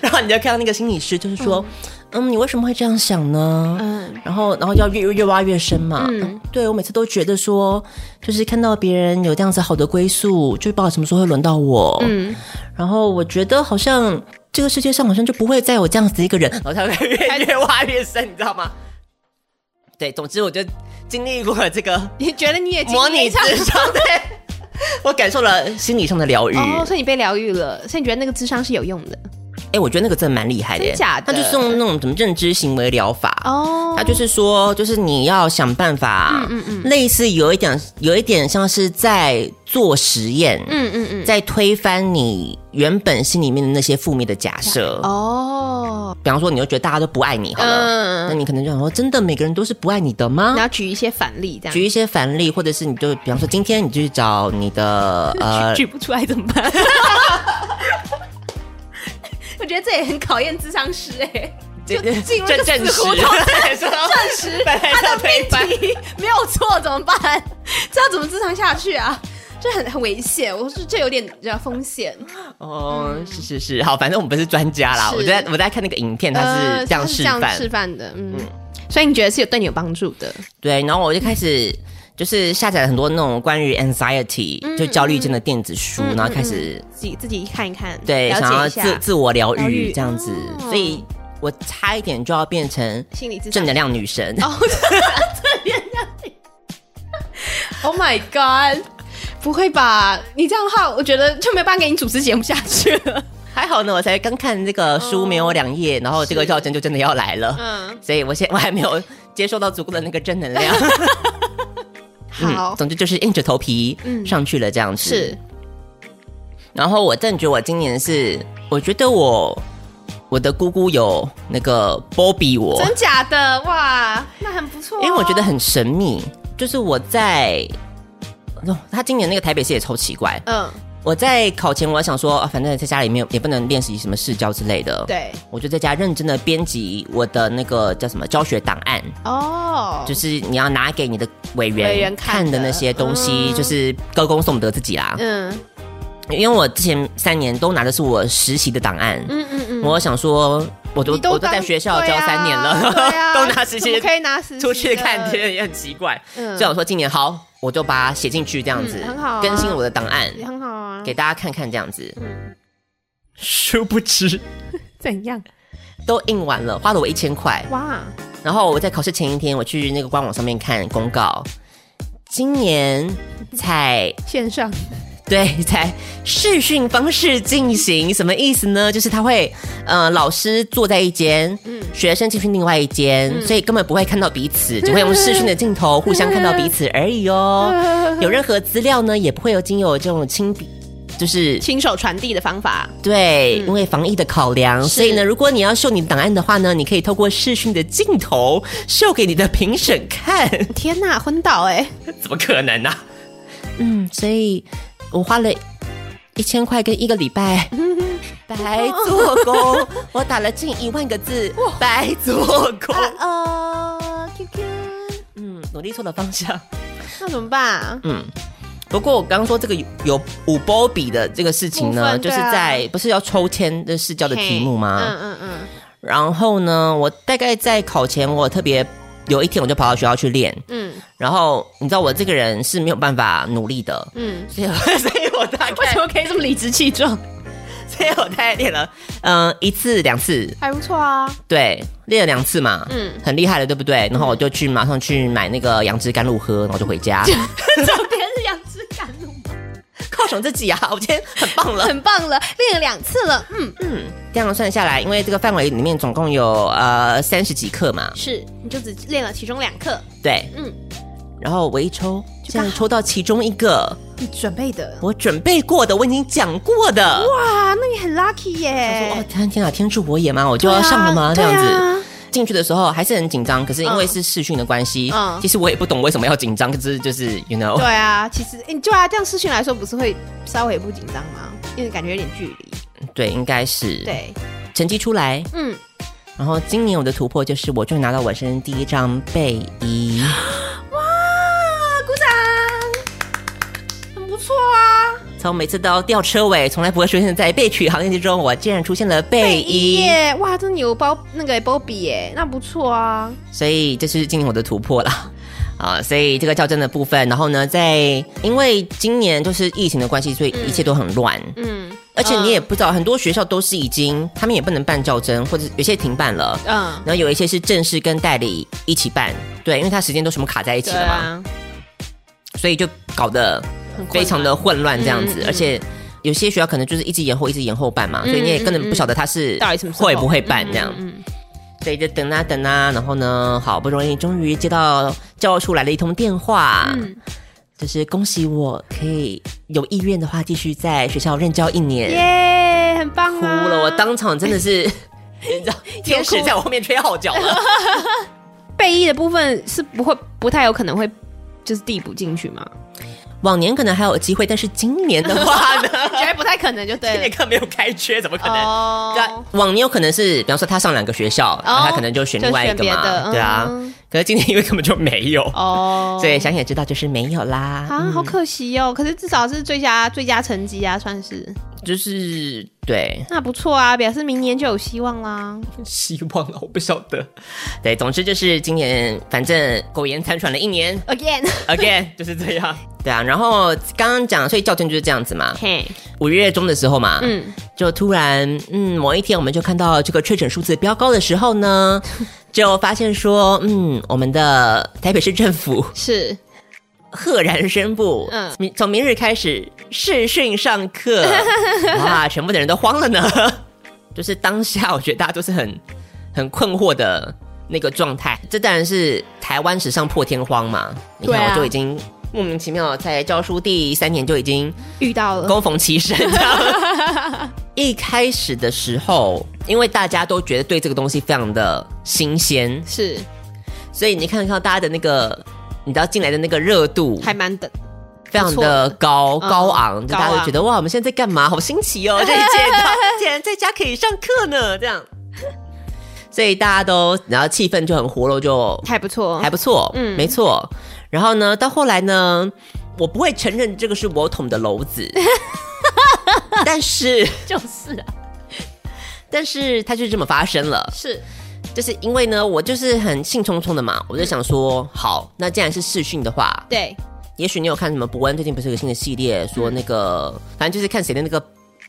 Speaker 1: 然后你就看到那个心理师，就是说，嗯你为什么会这样想呢？
Speaker 2: 嗯，
Speaker 1: 然后，然后要越越越挖越深嘛。
Speaker 2: 嗯
Speaker 1: 对我每次都觉得说，就是看到别人有这样子好的归宿，就不知道什么时候会轮到我。嗯，然后我觉得好像这个世界上好像就不会再有这样子一个 人，然后他会越越挖越深，你知道吗？对，总之我就经历过了这个
Speaker 2: 你觉得你也经历
Speaker 1: 模拟
Speaker 2: 这样
Speaker 1: 智商，对 我感受了心理上的疗愈。
Speaker 2: 哦，所以你被疗愈了，所以你觉得那个智商是有用的
Speaker 1: 哎、我觉得那个真的蛮厉害的耶，
Speaker 2: 真假的
Speaker 1: 他就是用那种什么认知行为疗法。
Speaker 2: 哦
Speaker 1: 他就是说，就是你要想办法，嗯嗯类似有一点，有一点像是在做实验，
Speaker 2: 嗯嗯嗯，
Speaker 1: 在推翻你原本心里面的那些负面的假设。
Speaker 2: 哦，
Speaker 1: 比方说，你就觉得大家都不爱你好
Speaker 2: 嗯
Speaker 1: 了，那你可能就想说，真的每个人都是不爱你的吗
Speaker 2: 你？要举一些反例这样，
Speaker 1: 举一些反例，或者是你就比方说，今天你就去找你 的呃
Speaker 2: 举不出来怎么 办？我觉得这也很考验智商师哎、就进入一个
Speaker 1: 证
Speaker 2: 死
Speaker 1: 实
Speaker 2: 胡同，
Speaker 1: 证
Speaker 2: 证实他的 命题没有错，怎么办？这要怎么智商下去啊？这很很危险，我是这有点比较风险。
Speaker 1: 哦，是是是，好，反正我们不是专家啦，
Speaker 2: 是
Speaker 1: 我在我在看那个影片，它是这样示
Speaker 2: 呃呃它是这
Speaker 1: 范嗯
Speaker 2: 样示，范的，嗯。所以你觉得是有对你有帮助的？
Speaker 1: 对，然后我就开始就是下载了很多那种关于 anxiety
Speaker 2: 嗯
Speaker 1: 就焦虑症的电子书，
Speaker 2: 嗯嗯
Speaker 1: 然后开始
Speaker 2: 自己自己看一看，
Speaker 1: 对
Speaker 2: 了
Speaker 1: 想
Speaker 2: 解
Speaker 1: 要
Speaker 2: 一下
Speaker 1: 自自我疗
Speaker 2: 疗愈
Speaker 1: 愈这样子，
Speaker 2: 哦
Speaker 1: 所以我差一点就要变成
Speaker 2: 心理咨
Speaker 1: 正
Speaker 2: 询。
Speaker 1: 能量女神。
Speaker 2: 哦 Oh my god！不会吧？你这样的话，我觉得就没有办法给你主持节目下去了。
Speaker 1: 还好呢，我才刚看这个书没有两页，然后这个
Speaker 2: 哦是
Speaker 1: 教程就真的要来了，
Speaker 2: 嗯，
Speaker 1: 所以我现我还没有接受到足够的那个正能 量。嗯
Speaker 2: 好，
Speaker 1: 总之就是硬着头皮
Speaker 2: 嗯
Speaker 1: 上去了这样子。
Speaker 2: 是，
Speaker 1: 然后我真的觉得我今年是，我觉得我我的姑姑有那个波比我，
Speaker 2: 真假的哇，那很不错、哦。
Speaker 1: 因为我觉得，很神秘，就是我在。哦他今年那个台北市也超奇怪。
Speaker 2: 嗯，
Speaker 1: 我在考前，我还想说，啊，反正在家里面也不能练习什么试教之类的。，
Speaker 2: 对，
Speaker 1: 我就在家认真的编辑我的那个叫什么教学档案，
Speaker 2: 哦，
Speaker 1: 就是你要拿给你的委
Speaker 2: 委
Speaker 1: 员
Speaker 2: 员看
Speaker 1: 看的那些东西，
Speaker 2: 嗯
Speaker 1: 就是歌功颂德自己啦。
Speaker 2: 嗯
Speaker 1: 因为我之前三年都拿的是我实习的档案，
Speaker 2: 嗯嗯嗯，
Speaker 1: 我想说，我都
Speaker 2: 你都
Speaker 1: 我都
Speaker 2: 当
Speaker 1: 在学校
Speaker 2: 对
Speaker 1: 教
Speaker 2: 啊
Speaker 1: 三年了，
Speaker 2: 对啊
Speaker 1: 都拿实习
Speaker 2: 怎么可以拿实习
Speaker 1: 出去
Speaker 2: 的
Speaker 1: 看，觉得也很奇怪。
Speaker 2: 嗯
Speaker 1: 所以我说今年好，我就把它写进去这样子，
Speaker 2: 嗯很好啊
Speaker 1: 更新我的档案
Speaker 2: 也很好啊。
Speaker 1: 给大家看看这样子。
Speaker 2: 嗯
Speaker 1: 殊不知
Speaker 2: 怎样？
Speaker 1: 都印完了，花了我一千块。
Speaker 2: 哇，
Speaker 1: 然后我在考试前一天，我去那个官网上面看公告，今年才
Speaker 2: 线上
Speaker 1: 对，才视讯方式进行，什么意思呢？就是他会，呃，老师坐在一间，
Speaker 2: 嗯
Speaker 1: 学生进去另外一间，所以根本不会看到彼此，只会用视讯的镜头互相看到彼此而已哦。有任何资料呢，也不会有经有这种亲笔，就是
Speaker 2: 亲手传递的方法，
Speaker 1: 对，
Speaker 2: 嗯
Speaker 1: 因为防疫的考量，所以呢，如果你要秀你的档案的话呢，你可以透过视讯的镜头秀给你的评审看。
Speaker 2: 天哪，昏倒哎、
Speaker 1: 怎么可能呢、嗯，所以我花了一千块跟一个礼 拜，白做工。我打了近一万个字，白做工。
Speaker 2: 啊哦，Q Q，
Speaker 1: 嗯，努力错了方向。
Speaker 2: 那怎么办、啊？
Speaker 1: 嗯，不过我刚刚说这个有有五波比的这个事情
Speaker 2: 部
Speaker 1: 呢，
Speaker 2: 分
Speaker 1: 就
Speaker 2: 对
Speaker 1: 是
Speaker 2: 啊
Speaker 1: 在不是要抽签的试教的题目吗？
Speaker 2: 嗯嗯嗯
Speaker 1: 然后呢，我大概在考前，我特别有一天我就跑到学校去练。
Speaker 2: 嗯
Speaker 1: 然后你知道我这个人是没有办法努力的，
Speaker 2: 嗯，
Speaker 1: 所以 所以我大
Speaker 2: 为
Speaker 1: 概
Speaker 2: 什么可以这么理直气壮？
Speaker 1: 所以我大概练了，嗯、一次两次，
Speaker 2: 还不错啊，
Speaker 1: 对，练了两次嘛，嗯
Speaker 2: 嗯，
Speaker 1: 很厉害了，对不对？然后我就去马上去买那个杨枝甘露喝，然后就回 家，
Speaker 2: 重点是养只甘露， 嗯
Speaker 1: 犒赏自己啊！我今天很棒了，
Speaker 2: 很棒了，练了两次了，嗯，
Speaker 1: 嗯，这样算下来，因为这个范围里面总共有呃三十几课嘛，
Speaker 2: 是，你就只练了其中两课，
Speaker 1: 对，嗯
Speaker 2: 嗯，
Speaker 1: 然后我一抽，
Speaker 2: 就
Speaker 1: 这样
Speaker 2: 刚好
Speaker 1: 抽到其中一个
Speaker 2: 你准备的，
Speaker 1: 我准备过的，我已经讲过的，
Speaker 2: 哇，那你很 lucky 耶
Speaker 1: 哦，天天啊，天助我也吗？我就要上了吗？这
Speaker 2: 对啊
Speaker 1: 样子。
Speaker 2: 对啊
Speaker 1: 进去的时候还是很紧张，可是因为
Speaker 2: 嗯
Speaker 1: 是视讯的关系，
Speaker 2: 嗯
Speaker 1: 其实我也不懂为什么要紧张，可是就是 you know，
Speaker 2: 对啊，其实，嗯，对啊，这样事情来说，不是会稍微不紧张吗？因为感觉有点距离。
Speaker 1: 对应该是
Speaker 2: 对，
Speaker 1: 成绩出来，
Speaker 2: 嗯，
Speaker 1: 然后今年我的突破就是我终于拿到我生日第一张背 衣，
Speaker 2: 哇，鼓掌，很不错啊，
Speaker 1: 从每次到吊车尾，从来不会出现在被取行业之中，我竟然出现了背衣，
Speaker 2: 耶，哇，这牛包那个 Bobby 耶，那不错啊，
Speaker 1: 所以这是今年我的突破啦。啊，所以这个较真的部分，然后呢，在因为今年就是疫情的关系，所以一切都很乱，
Speaker 2: 嗯
Speaker 1: 而且你也不知道，很多学校都是已经，他们也不能办较真，或者有些停办了，
Speaker 2: 嗯，
Speaker 1: 然后有一些是正式跟代理一起办，对，因为它时间都全部卡在一起
Speaker 2: 对
Speaker 1: 了嘛，
Speaker 2: 啊，
Speaker 1: 所以就搞得
Speaker 2: 很困难
Speaker 1: 非常的混乱这样子，
Speaker 2: 嗯嗯嗯
Speaker 1: 而且。有些学校可能就是一直延后，一直延后办嘛，
Speaker 2: 嗯
Speaker 1: 所以你也根本不晓得他是
Speaker 2: 到底什么时候
Speaker 1: 会不会办这样，
Speaker 2: 嗯，
Speaker 1: 所以就等啊等啊，然后呢，好不容易终于接到教务处来了一通电话，
Speaker 2: 嗯
Speaker 1: 就是恭喜我可以有意愿的话继续在学校任教一年，
Speaker 2: 嗯耶，很棒
Speaker 1: 哭
Speaker 2: 啊，
Speaker 1: 了，我当场真的 是，你知道，天使在我后面吹号角了。
Speaker 2: 背衣的部分是不会不太有可能会就是递补进去 嘛，
Speaker 1: 往年可能还有机会，但是今年的话 呢，
Speaker 2: 觉得不太可能就
Speaker 1: 今
Speaker 2: 对
Speaker 1: 年
Speaker 2: 了，
Speaker 1: 课没有开缺，怎么可能？对啊
Speaker 2: 哦，
Speaker 1: 往年有可能是，比方说他上两个学校，然后他可能就选另外一个
Speaker 2: 就选
Speaker 1: 嘛，
Speaker 2: 别的
Speaker 1: 对啊
Speaker 2: 嗯。
Speaker 1: 可是今年因为根本就没有，
Speaker 2: 哦，
Speaker 1: 所以想想也知道就是没有啦。
Speaker 2: 嗯啊，好可惜哦！可是至少是最佳最佳成绩啊，算是
Speaker 1: 就是对
Speaker 2: 那不错啊，表示明年就有希望啦。
Speaker 1: 希望啊，我不晓得。 对，总之就是今年，反正苟延残喘了一 年
Speaker 2: Again，
Speaker 1: ，again 就是这样。对啊，然后刚刚讲，所以教程就是这样子嘛。
Speaker 2: 嘿，
Speaker 1: 五月中的时候嘛，嗯，就突然，嗯，某一天我们就看到这个确诊数字飙高的时候 呢，就发现说，嗯，我们的台北市政府
Speaker 2: 是
Speaker 1: 赫然宣布，
Speaker 2: 嗯
Speaker 1: 明从明日开始视讯上课， 哇，全部的人都慌了呢。 就是当下，我觉得大家都是很很困惑的那个状态。这当然是台湾史上破天荒嘛。你看，
Speaker 2: 对啊
Speaker 1: 我就已经莫名其妙在教书第三年就已经
Speaker 2: 遇到了，
Speaker 1: 恭逢其盛。这样呃 一开始的时候，因为大家都觉得对这个东西非常的新鲜，
Speaker 2: 是
Speaker 1: 所以你看看大家的那个，你知道进来的那个热度，
Speaker 2: 还蛮等，
Speaker 1: 非常的高
Speaker 2: 错嗯
Speaker 1: 高昂，就大
Speaker 2: 高
Speaker 1: 家
Speaker 2: 昂
Speaker 1: 就觉得哇，我们现在在干嘛？好新奇哦！这一 届到竟然在家可以上课呢，这样，所以大家都然后气氛就很活络，就
Speaker 2: 还不错，
Speaker 1: 还不错，嗯，
Speaker 2: 嗯
Speaker 1: 没错。然后呢，到后来呢，我不会承认这个是我捅的篓 子，但是
Speaker 2: 就是啊，
Speaker 1: 但是它就是这么发生了，
Speaker 2: 是
Speaker 1: 就是因为呢，我就是很兴冲冲的嘛，我就想说，好，那既然是视讯的话，
Speaker 2: 对，
Speaker 1: 也许你有看什么伯恩最近不是有个新的系列，说那个、反正就是看谁的那个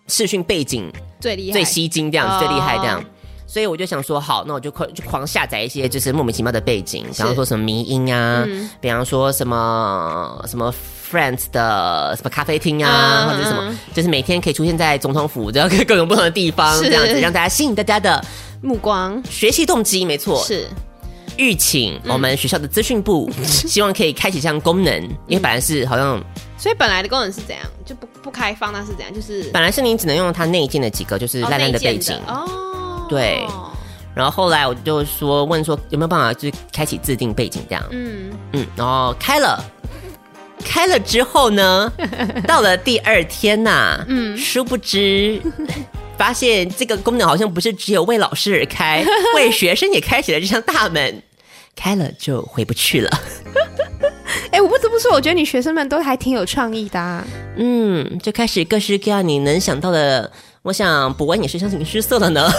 Speaker 1: 视讯背景
Speaker 2: 最厉害，
Speaker 1: 最吸睛这样
Speaker 2: 哦
Speaker 1: 子，最厉害这样。所以我就想说，好，那我就狂就狂下载一些就是莫名其妙的背景，比方说什么迷音啊，
Speaker 2: 嗯
Speaker 1: 比方说什么什么 Friends 的什么咖啡厅啊，
Speaker 2: 嗯
Speaker 1: 或者是什
Speaker 2: 嗯
Speaker 1: 么，就是每天可以出现在总统府这样各种不同的 地方，
Speaker 2: 是
Speaker 1: 这样子让大家吸引大家的
Speaker 2: 目光
Speaker 1: 学习动机。没错，
Speaker 2: 是嗯
Speaker 1: 预请我们学校的资讯 部，希望可以开启这样功能，因为本来是好像
Speaker 2: 所以本来的功能是怎样？就不不开放，那是怎样？就是
Speaker 1: 本来是你只能用它内建的几个，就是
Speaker 2: 哦
Speaker 1: 烂烂的
Speaker 2: 内建
Speaker 1: 背景。
Speaker 2: 哦，
Speaker 1: 对然后后来我就说问说有没有办法就是开启自定背景这样，
Speaker 2: 嗯，
Speaker 1: 嗯，然后开了，开了之后呢，到了第二天呐、嗯，殊不知发现这个功能好像不是只有为老师而开，为学生也开启了这扇大门，开了就回不去了。
Speaker 2: 哎，我不得不说，我觉得你学生们都还挺有创意的啊，
Speaker 1: 嗯，就开始各式各样你能想到的，我想博文也是相形失色了 呢。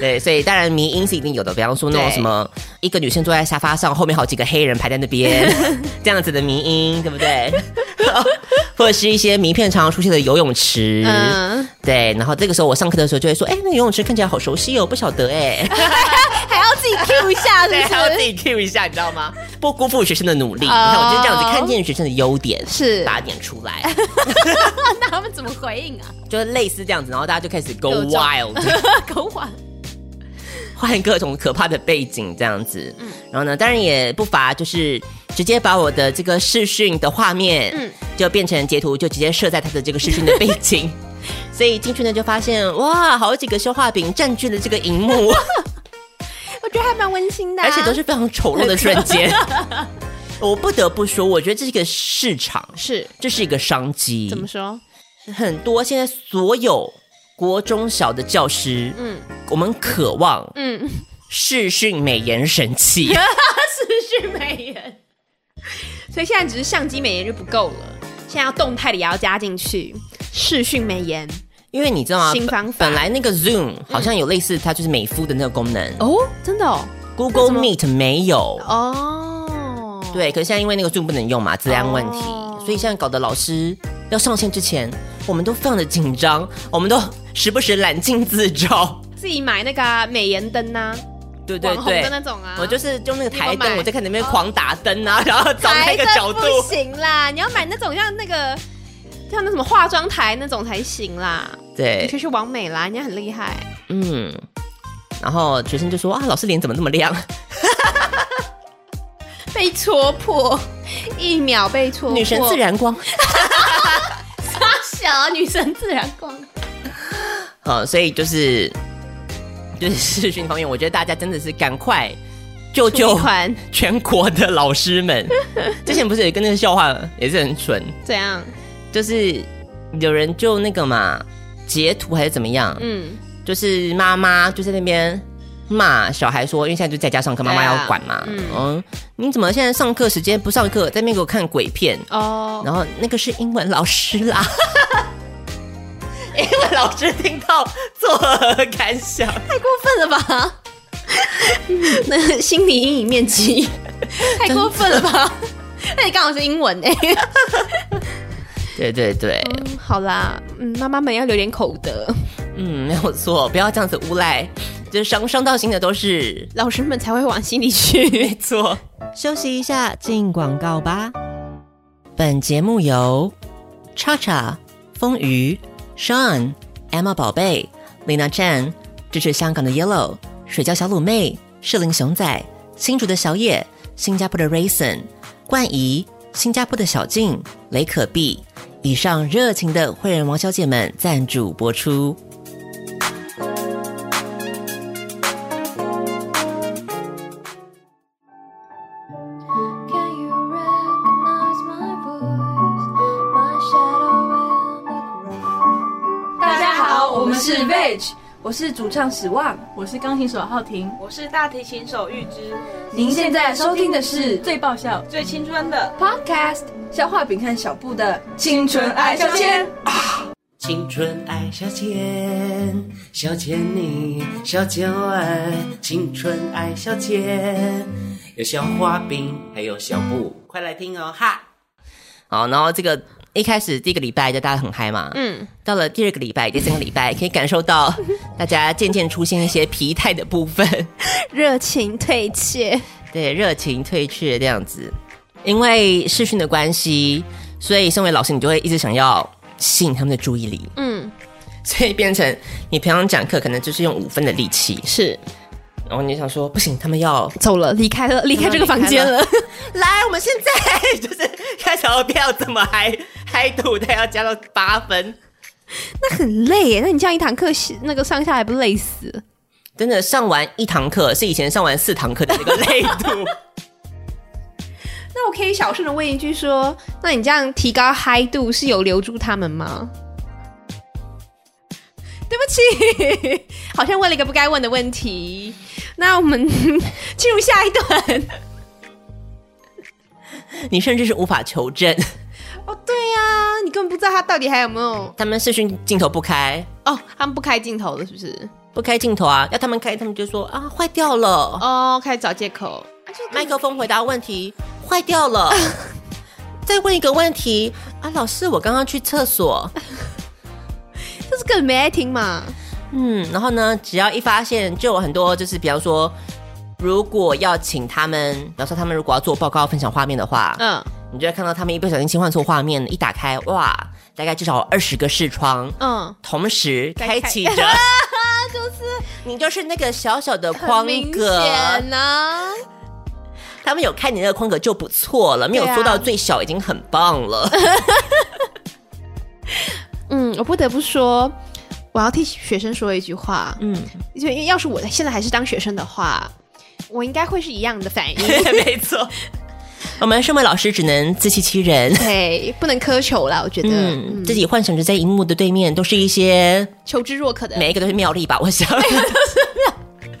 Speaker 1: 对，所以当然迷因是一定有的，比方说那种
Speaker 2: 对
Speaker 1: 什么一个女生坐在沙发上，后面好几个黑人排在那边 这样子的迷因，对不对？ 或者是一些名片常常出现的游泳池，
Speaker 2: 嗯，
Speaker 1: 对。然后这个时候我上课的时候就会说，哎、那游泳池看起来好熟悉哦，不晓得哎、
Speaker 2: 还要自己 Q 一下，
Speaker 1: 对，
Speaker 2: 对，
Speaker 1: 还要自己 Q 一下，你知道吗？不辜负学生的努力。你看，我就是这样子看见学生的优点，
Speaker 2: 哦是
Speaker 1: 打点出来。
Speaker 2: 那他们怎么回应啊？
Speaker 1: 就是类似这样子，然后大家就开始 go
Speaker 2: 各种
Speaker 1: wild，
Speaker 2: 狗缓，
Speaker 1: 换各种可怕的背景这样子。
Speaker 2: 嗯
Speaker 1: 然后呢，当然也不乏就是直接把我的这个视讯的画面，
Speaker 2: 嗯
Speaker 1: 就变成截图，就直接设在他的这个视讯的背 景。所以进去呢，就发现哇，好几个消化饼占据了这个荧幕，
Speaker 2: 我觉得还蛮温馨的啊，
Speaker 1: 而且都是非常丑陋的瞬 间。 我不得不说，我觉得这是一个市场，
Speaker 2: 是
Speaker 1: 这是一个商机。
Speaker 2: 怎么说？
Speaker 1: 很多现在所有国中小的教师，嗯，我们渴望，
Speaker 2: 嗯
Speaker 1: 嗯，视讯美颜神 器，
Speaker 2: 视讯美颜。所以现在只是相机美颜就不够了，现在要动态的也要加进去，视讯美颜
Speaker 1: 因为你知道吗？
Speaker 2: 新方
Speaker 1: 本
Speaker 2: 法
Speaker 1: 本来那个 Zoom 好像有类似它就是美肤的那个功能、
Speaker 2: 哦，真的哦，
Speaker 1: g o o g l e Meet 没有。
Speaker 2: 哦，
Speaker 1: 对，可是现在因为那个 Zoom 不能用嘛，治安问题，
Speaker 2: 哦
Speaker 1: 所以现在搞得老师要上线之前，我们都非常的紧张，我们都时不时揽镜自 照，
Speaker 2: 自己买那个啊、美颜灯呐、
Speaker 1: 对对
Speaker 2: 网红
Speaker 1: 对
Speaker 2: 的，那种啊，
Speaker 1: 我就是用那个台
Speaker 2: 你有
Speaker 1: 灯，
Speaker 2: 买
Speaker 1: 我在看里面狂打灯啊， 然后找那
Speaker 2: 台
Speaker 1: 个
Speaker 2: 灯
Speaker 1: 角度，
Speaker 2: 不行啦，你要买那种像那个像那什么化妆台那种才行啦，
Speaker 1: 对
Speaker 2: 你，去去王美啦，人家很厉害，
Speaker 1: 嗯，然后学生就说啊，老师脸怎么那么亮？
Speaker 2: 被戳破，一秒被戳破，
Speaker 1: 女神自然光。
Speaker 2: 大小，女神自然光，
Speaker 1: 呃，所以就是就是视讯方面，我觉得大家真的是赶快救救
Speaker 2: 款
Speaker 1: 全国的老师 们。之前不是有一个那个笑话也是很蠢，
Speaker 2: 怎样？
Speaker 1: 就是有人就那个嘛截图还是怎么样，
Speaker 2: 嗯，
Speaker 1: 就是妈妈就在那边骂小孩说，因为现在就在家上课，妈妈
Speaker 2: 对啊
Speaker 1: 要管嘛，
Speaker 2: 嗯
Speaker 1: 嗯，你怎么现在上课时间不上课，在那边给我看鬼片？
Speaker 2: 哦，
Speaker 1: 然后那个是英文老师啦， 英文老师听到作何感想？
Speaker 2: 分了吧？ 那心理阴影面积太过分了 吧？那你刚好是英文哎、
Speaker 1: 对对对，
Speaker 2: 嗯好啦，嗯，妈妈们要留点口德，
Speaker 1: 嗯，没有错，不要这样子诬赖，就是伤伤到心的都是
Speaker 2: 老师们才会往心里去。
Speaker 1: 错。休息一下，进广告吧。本节目由叉叉、风鱼、Sean、Emma 宝贝、Lina Chan 支持香港的 Yellow、水饺小卤妹、士林熊仔、新竹的小野、新加坡的 Raisin、冠怡、新加坡的小静、雷可碧。以上热情的会员王小姐们赞助播出。
Speaker 5: Can you recognize my voice? My shadow in the grave.
Speaker 6: 大家好，我们是 Veg，我是主唱史旺，我是钢琴手浩婷，我是大提琴手玉芝。您现在收听的是最爆笑、最青春的 Podcast《消化饼和小布的青春爱消遣》。
Speaker 1: 青春爱消遣，消遣你，消遣我，青春爱消遣，有小花饼，还有小布，快来听哦哈！好，然后这个一开始第一个礼拜就大家很嗨嘛，嗯，到了第二个礼拜、第三个礼拜，可以感受到 大家渐渐出现一些疲态的部分，
Speaker 2: 热情退却，
Speaker 1: 对，热情退却这样子。因为视讯的关系，所以身为老师，你就会一直想要吸引他们的注意力，
Speaker 2: 嗯，
Speaker 1: 所以变成你平常讲课可能就是用五分的力气，
Speaker 2: 是
Speaker 1: 然后你想说不行，他们要
Speaker 2: 走了，离开了，离开这个房间了。
Speaker 1: 来，我们现在 就是看小要不要这么嗨嗨度，他要加到八分，
Speaker 2: 那 很累耶，那你这样一堂课那个上下来不累死？
Speaker 1: 真的上完一堂课是以前上完四堂课的那个累 度。
Speaker 2: 那我可以小声的问一句说，那你这样提高嗨度是有留住他们吗？对不起，好像问了一个不该问的问题。那我们 进入下一段。
Speaker 1: 你甚至是无法求证，
Speaker 2: 哦，对呀、你根本不知道他到底还有没有
Speaker 1: 他们视讯镜头不开，
Speaker 2: 哦，他们不开镜头了，是不是？
Speaker 1: 不开镜头啊，要他们开，他们就说啊坏掉了，
Speaker 2: 哦，开始找借口。
Speaker 1: 麦克风回答问题坏掉了， 再问一个问题啊，老师，我刚刚去厕所，
Speaker 2: 这是根本没在听嘛？
Speaker 1: 嗯，然后呢，只要一发现，就有很多就是，比方说，如果要请他们，比方说他们如果要做报告分享画面的话，
Speaker 2: 嗯
Speaker 1: 你就会看到他们一不小心切换错画面，一打开，哇，大概至少二十个视窗，
Speaker 2: 嗯，
Speaker 1: 同时
Speaker 2: 在开
Speaker 1: 开启着， 就是你就是那个小小的框
Speaker 2: 明
Speaker 1: 格，
Speaker 2: 显啊，
Speaker 1: 他们有看你那个框格就不错了，没有
Speaker 2: 对啊
Speaker 1: 做到最小已经很棒 了。
Speaker 2: 嗯，我不得不说，我要替学生说一句话，
Speaker 1: 嗯，
Speaker 2: 就要是我现在还是当学生的话，我应该会是一样 的反应。
Speaker 1: 没错，我们身为老师只能自欺欺人。
Speaker 2: 对，不能苛求啦，我觉得，
Speaker 1: 嗯，
Speaker 2: 嗯，
Speaker 1: 自己幻想着在荧幕的对面都是一些
Speaker 2: 求知若渴的，
Speaker 1: 每一个都是妙丽吧， 我想。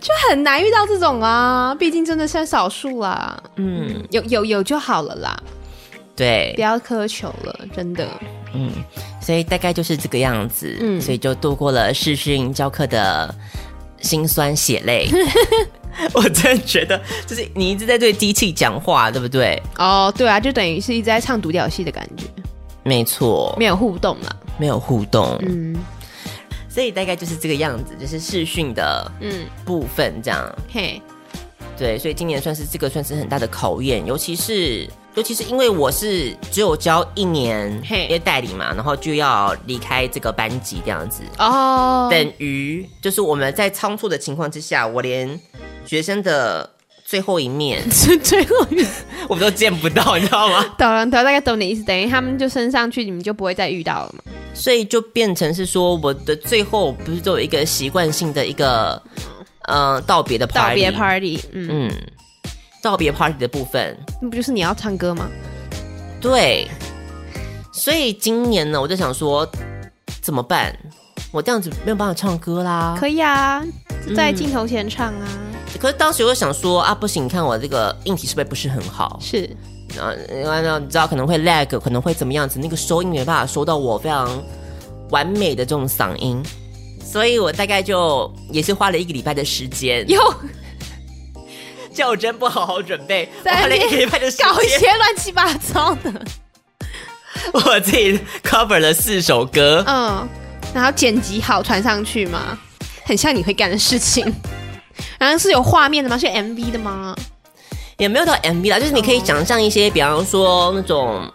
Speaker 2: 就很难遇到这种啊，毕竟真的算少数啦。
Speaker 1: 嗯，
Speaker 2: 有有有就好了啦，
Speaker 1: 对
Speaker 2: 不，要苛求了，真的。
Speaker 1: 嗯，所以大概就是这个样子，
Speaker 2: 嗯
Speaker 1: 所以就度过了视讯教课的辛酸血 泪。 我真的觉得，就是你一直在对机器讲话，对不对？
Speaker 2: 哦，对啊，就等于是一直在唱独角戏的感觉，
Speaker 1: 没错，
Speaker 2: 没有互动啦。
Speaker 1: 没有互动，
Speaker 2: 嗯
Speaker 1: 所以大概就是这个样子，就是视讯的
Speaker 2: 嗯，
Speaker 1: 部分这样。
Speaker 2: 嘿，
Speaker 1: 对，所以今年算是这个算是很大的考验，尤其是尤其是因为我是只有教一年，
Speaker 2: 嘿
Speaker 1: 因为代理嘛，然后就要离开这个班级这样子，
Speaker 2: 哦，
Speaker 1: 等于就是我们在仓促的情况之下，我连学生的最后一 面
Speaker 2: 最最后一
Speaker 1: 我们都见不到，你知道吗？
Speaker 2: 懂了，懂了，大概懂你意思，等于他们就升上去，你们就不会再遇到了嘛。
Speaker 1: 所以就变成是说，我的最后不是都有一个习惯性的一个呃道别的 party，
Speaker 2: 道别 party，嗯，
Speaker 1: 嗯，道别 party 的部分，
Speaker 2: 那不就是你要唱歌吗？
Speaker 1: 对，所以今年呢，我就想说怎么办？我这样子没有办法唱歌啦。
Speaker 2: 可以啊，在镜头前唱啊，
Speaker 1: 可是当时我就想说啊，不行，你看我这个硬体设备不是很好，
Speaker 2: 是
Speaker 1: 呃然后然后你知道可能会 lag，可能会怎么样子，那个收音没办法收到我非常完美的这种嗓音，所以我大概就也是花了一个礼拜的时间，
Speaker 2: 又
Speaker 1: 叫我真不好好准备，
Speaker 2: 在
Speaker 1: 花
Speaker 2: 那
Speaker 1: 了一个礼
Speaker 2: 边
Speaker 1: 拜的时
Speaker 2: 搞一
Speaker 1: 间，
Speaker 2: 些乱七八糟的，
Speaker 1: 我自己 cover 了四首歌，
Speaker 2: 嗯，然后剪辑好传上去嘛，很像你会干的事 情。然后是有画面的吗？是有 MV 的吗？
Speaker 1: 也没有到 MV 啦，就是你可以想象一些，比方说那种，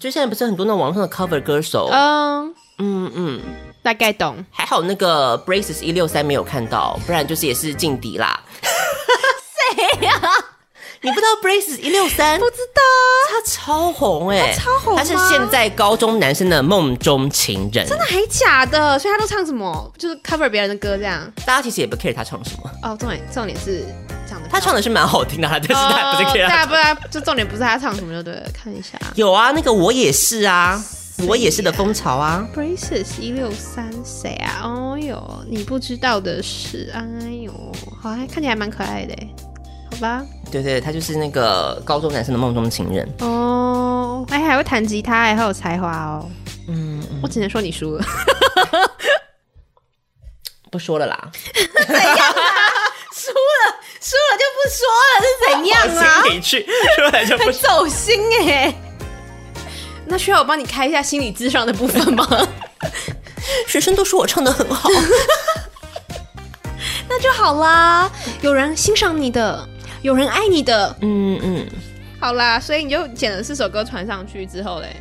Speaker 1: 就现在不是很多那种网上的 cover 歌手，
Speaker 2: 嗯，
Speaker 1: 嗯嗯，
Speaker 2: 大概懂。
Speaker 1: 还好那个 Braces 一六三没有看到，不然就是也是劲敌 啦。谁呀、你不知道 Braces 一六三？啊不知道，他超红哎、超
Speaker 2: 红
Speaker 1: 他是
Speaker 2: 吗
Speaker 1: 现在高中男生的梦中情人。真的，
Speaker 2: 还假的，所以他都唱什么？就是 cover 别人的歌这样。
Speaker 1: 大家其实也不 care 他唱什么，
Speaker 2: 哦，重点重点是唱的，
Speaker 1: 他唱
Speaker 2: 的，
Speaker 1: 的是蛮好听的啦， 但是啊他也不是 care 他
Speaker 2: 大
Speaker 1: 唱
Speaker 2: 呃家不知道，就重点不是 他唱什么就对了。看一下
Speaker 1: 有啊，那个我也是啊，我也是的风潮啊。
Speaker 2: ，Braces 一六三谁啊？哦哟，你不知道的事，哎呦，好，还看起来蛮可爱的耶，好吧？
Speaker 1: 对对，他就是那个高中男生的梦中情人。
Speaker 2: 哦，哎，还会弹吉他，哎，好有才华哦。
Speaker 1: 嗯，嗯
Speaker 2: 我只能说你 输了，
Speaker 1: 不说了啦，
Speaker 2: 输了就不说了，是怎样啊？
Speaker 1: 心里去， 说来就不
Speaker 2: 很走心哎、
Speaker 1: 欸
Speaker 2: 那需要我帮你开一下心理智商的部分吗？
Speaker 1: 学生都说我唱的很好，
Speaker 2: 那就好啦，有人欣赏你的， 有人爱你的，
Speaker 1: 嗯嗯。
Speaker 2: 好啦，所以你就剪了四首歌传上去之后嘞，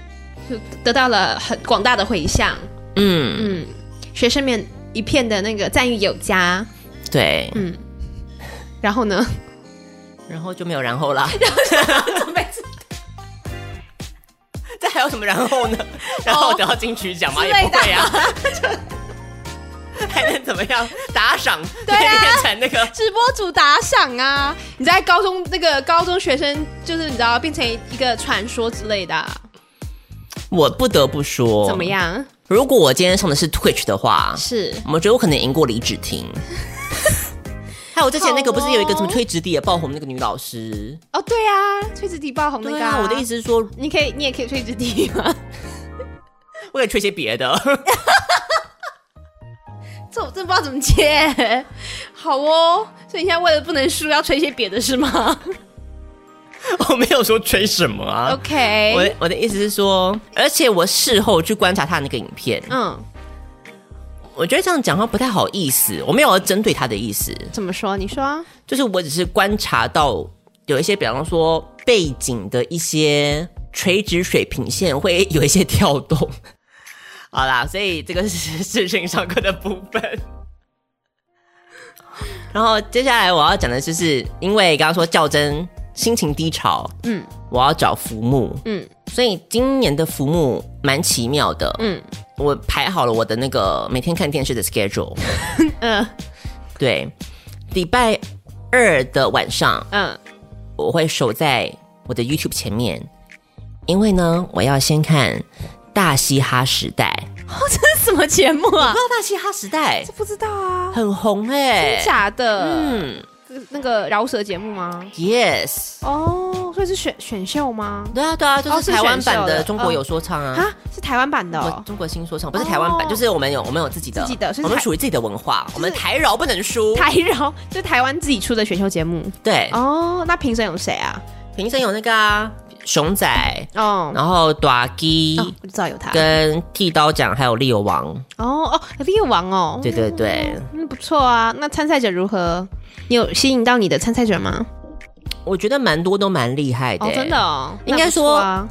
Speaker 2: 就得到了很广大的回响，
Speaker 1: 嗯，
Speaker 2: 嗯，学生们一片的那个赞誉有加，
Speaker 1: 对，
Speaker 2: 嗯，然后呢？
Speaker 1: 然后就没有然后 啦。这还有什么然后呢？
Speaker 2: 哦
Speaker 1: 然后得到金曲奖吗？也不会啊。 还能怎么样？打赏
Speaker 2: 对啊
Speaker 1: 变成那个
Speaker 2: 直播主打赏啊！你在高中那个高中学生，就是你知道变成一个传说之类的啊、
Speaker 1: 我不得不说，
Speaker 2: 怎么？样？
Speaker 1: 如果我今天上的是 Twitch 的话，
Speaker 2: 是
Speaker 1: 我觉得我可能赢过李芷婷。 还有之前那个不是有一个什么推直笛也爆红那个女老师？
Speaker 2: 哦，对啊，吹直笛爆红那
Speaker 1: 对
Speaker 2: 个、
Speaker 1: 啊，我的意
Speaker 2: 思，
Speaker 1: 思是说，
Speaker 2: 你可以，你也可以吹直笛吗？
Speaker 1: 我也吹些别的。
Speaker 2: 这我真不知道怎么接。好哦，所以你现在为了不能输，要吹些别的是吗、
Speaker 1: 我没有说吹什么啊
Speaker 2: o。k
Speaker 1: 我的我的意思是说，而且我事后去观察他的那个影片，
Speaker 2: 嗯，
Speaker 1: 我觉得这样讲话不太好意思，我没有要针对他的意思，
Speaker 2: 怎么说？你啊说，
Speaker 1: 就是我只是观察到有一些，比方说背景的一些垂直水平线会有一些跳动。 好啦，所以这个是视讯上课的部分。 然后接下来我要讲的就是，因为刚刚说较真心情低潮，
Speaker 2: 嗯
Speaker 1: 我要找浮木，
Speaker 2: 嗯
Speaker 1: 所以今年的浮木蛮奇妙的，
Speaker 2: 嗯
Speaker 1: 我排好了我的那个每天看电视的 schedule，
Speaker 2: 嗯
Speaker 1: 对，礼拜二的晚上
Speaker 2: 嗯，
Speaker 1: 我会守在我的 YouTube 前面，因为呢，我要先看《大嘻哈时代》。
Speaker 2: 这是什么节目啊
Speaker 1: 不知？道《大嘻哈时代》
Speaker 2: 不知道啊，
Speaker 1: 很红哎、
Speaker 2: 真假的？嗯，
Speaker 1: 嗯
Speaker 2: 那个饶舌节目吗？
Speaker 1: ，Yes，
Speaker 2: 哦，所以是选选秀吗？
Speaker 1: 对啊对啊，就
Speaker 2: 哦
Speaker 1: 是
Speaker 2: 是
Speaker 1: 台湾
Speaker 2: 选秀
Speaker 1: 版
Speaker 2: 的
Speaker 1: 的中国
Speaker 2: 嗯
Speaker 1: 有说唱啊。
Speaker 2: 啊，是台湾版的、
Speaker 1: 我
Speaker 2: 哦。
Speaker 1: 中国新说唱不是台湾版，
Speaker 2: 哦
Speaker 1: 就是我们有我们有自己的，
Speaker 2: 自己的所以
Speaker 1: 我们
Speaker 2: 台
Speaker 1: 属于自己的文化，我们台饶不能输。
Speaker 2: 台饶就台湾自己出的选秀节目
Speaker 1: 对，
Speaker 2: 哦，那评审有谁啊？
Speaker 1: 评审有那个啊，熊仔，
Speaker 2: 哦，
Speaker 1: 然后短基
Speaker 2: 哦我知道有他。
Speaker 1: 跟剃刀奖还有猎王，
Speaker 2: 哦哦，猎王哦，
Speaker 1: 对对对，
Speaker 2: 嗯，不错啊。那参赛者如何？你有吸引到你的参赛者吗？
Speaker 1: 我觉得蛮多都蛮厉害的、
Speaker 2: 哦，真的，哦，
Speaker 1: 应该
Speaker 2: 那不错啊，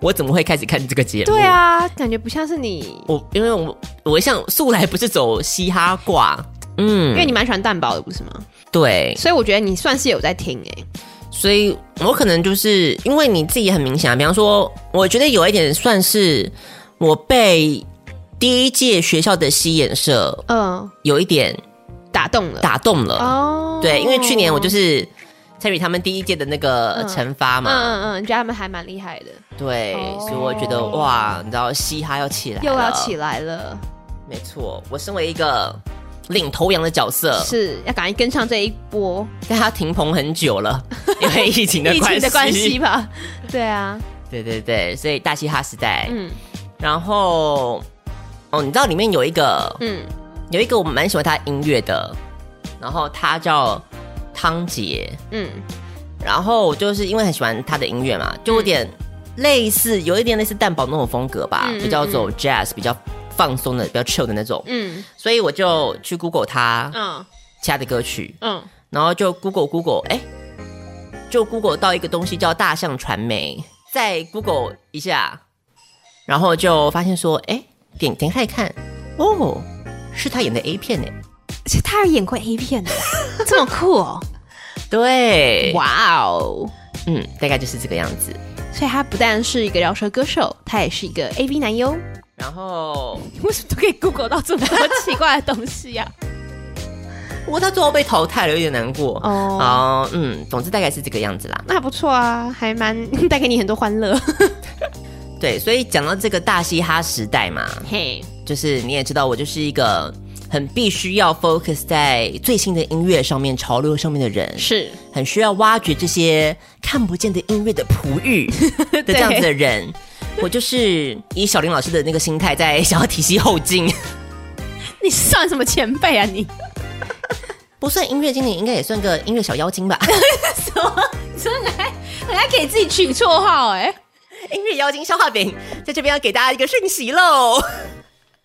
Speaker 1: 我怎么会开始看这个节目？
Speaker 2: 对，啊，感觉不像是你，
Speaker 1: 我因为我我一向素来不是走嘻哈挂，嗯，
Speaker 2: 因为你蛮喜欢蛋堡的，不是吗？
Speaker 1: 对，
Speaker 2: 所以我觉得你算是有在听欸诶。
Speaker 1: 所以我可能就是因为你自己很明显、啊，比方说，我觉得有一点算是我被第一届学校的西演社
Speaker 2: 嗯，
Speaker 1: 有一点
Speaker 2: 打动了。
Speaker 1: 打动了，
Speaker 2: 哦，，
Speaker 1: 对，因为去年我就是是参与他们第一届的那个
Speaker 2: 嗯
Speaker 1: 惩罚
Speaker 2: 嗯
Speaker 1: 嘛，
Speaker 2: 嗯嗯，你觉得他们还蛮厉害的，
Speaker 1: 对，
Speaker 2: 哦
Speaker 1: 所以我觉得哇，你知道嘻哈要起来，
Speaker 2: 又要起，来了，
Speaker 1: 没错，我身为一个领头羊的角色，
Speaker 2: 是要赶快跟上这一波
Speaker 1: 但他停棚很久 了，因为疫情的
Speaker 2: 疫
Speaker 1: 关
Speaker 2: 情
Speaker 1: 系，
Speaker 2: 的关系，吧？ 对啊，哎
Speaker 1: 对对对，所以大嘻哈时代，
Speaker 2: 嗯
Speaker 1: 然后哦，你知道里面有一个
Speaker 2: 嗯，
Speaker 1: 有一个我蛮喜欢他音乐的，然后他叫汤杰，
Speaker 2: 嗯，
Speaker 1: 然后我就是因为很喜欢他的音乐嘛，就有点类似，有一点类似蛋堡那种风格吧，
Speaker 2: 嗯嗯嗯
Speaker 1: 比较走 jazz，比较放松的，比较 chill 的那种，
Speaker 2: 嗯
Speaker 1: 所以我就去 Google 他
Speaker 2: 嗯
Speaker 1: 其他的歌曲，
Speaker 2: 嗯
Speaker 1: 然后就 Google Google，哎，就 Google 到一个东西叫大象传媒，再 Google 一下，然后就发现说，哎，点点开一看，哦，是他演的 A 片呢，
Speaker 2: 其实他有演过 A 片的， 这么酷哦！
Speaker 1: 对，
Speaker 2: 哇哦！
Speaker 1: 嗯，大概就是这个样子。
Speaker 2: 所以他不但是一个饶舌歌手，他也是一个 A V 男优。
Speaker 1: 然后
Speaker 2: 为什么都可以 Google 到这么多奇怪的东西啊呀、
Speaker 1: 不过他最后被淘汰了，有点难过。
Speaker 2: 哦
Speaker 1: 哦，嗯，总之大概是这个样子啦。
Speaker 2: 那还不错啊，还蛮 带给你很多欢乐。
Speaker 1: 对，所以讲到这个大嘻哈时代嘛，
Speaker 2: 嘿，
Speaker 1: 就是你也知道，我就是一个很必须要 focus 在最新的音乐上面、潮流上面的人，
Speaker 2: 是
Speaker 1: 很需要挖掘这些看不见的音乐的璞玉 的这样子的人。我就是以小林老师的那个心态，在想要体系后进，
Speaker 2: 你算什么前辈啊你？
Speaker 1: 不算音乐经理，应该也算个音乐小妖精吧。
Speaker 2: 真的还还给自己取绰号哎、
Speaker 1: 音乐妖精消化饼在这边要给大家一个讯息喽。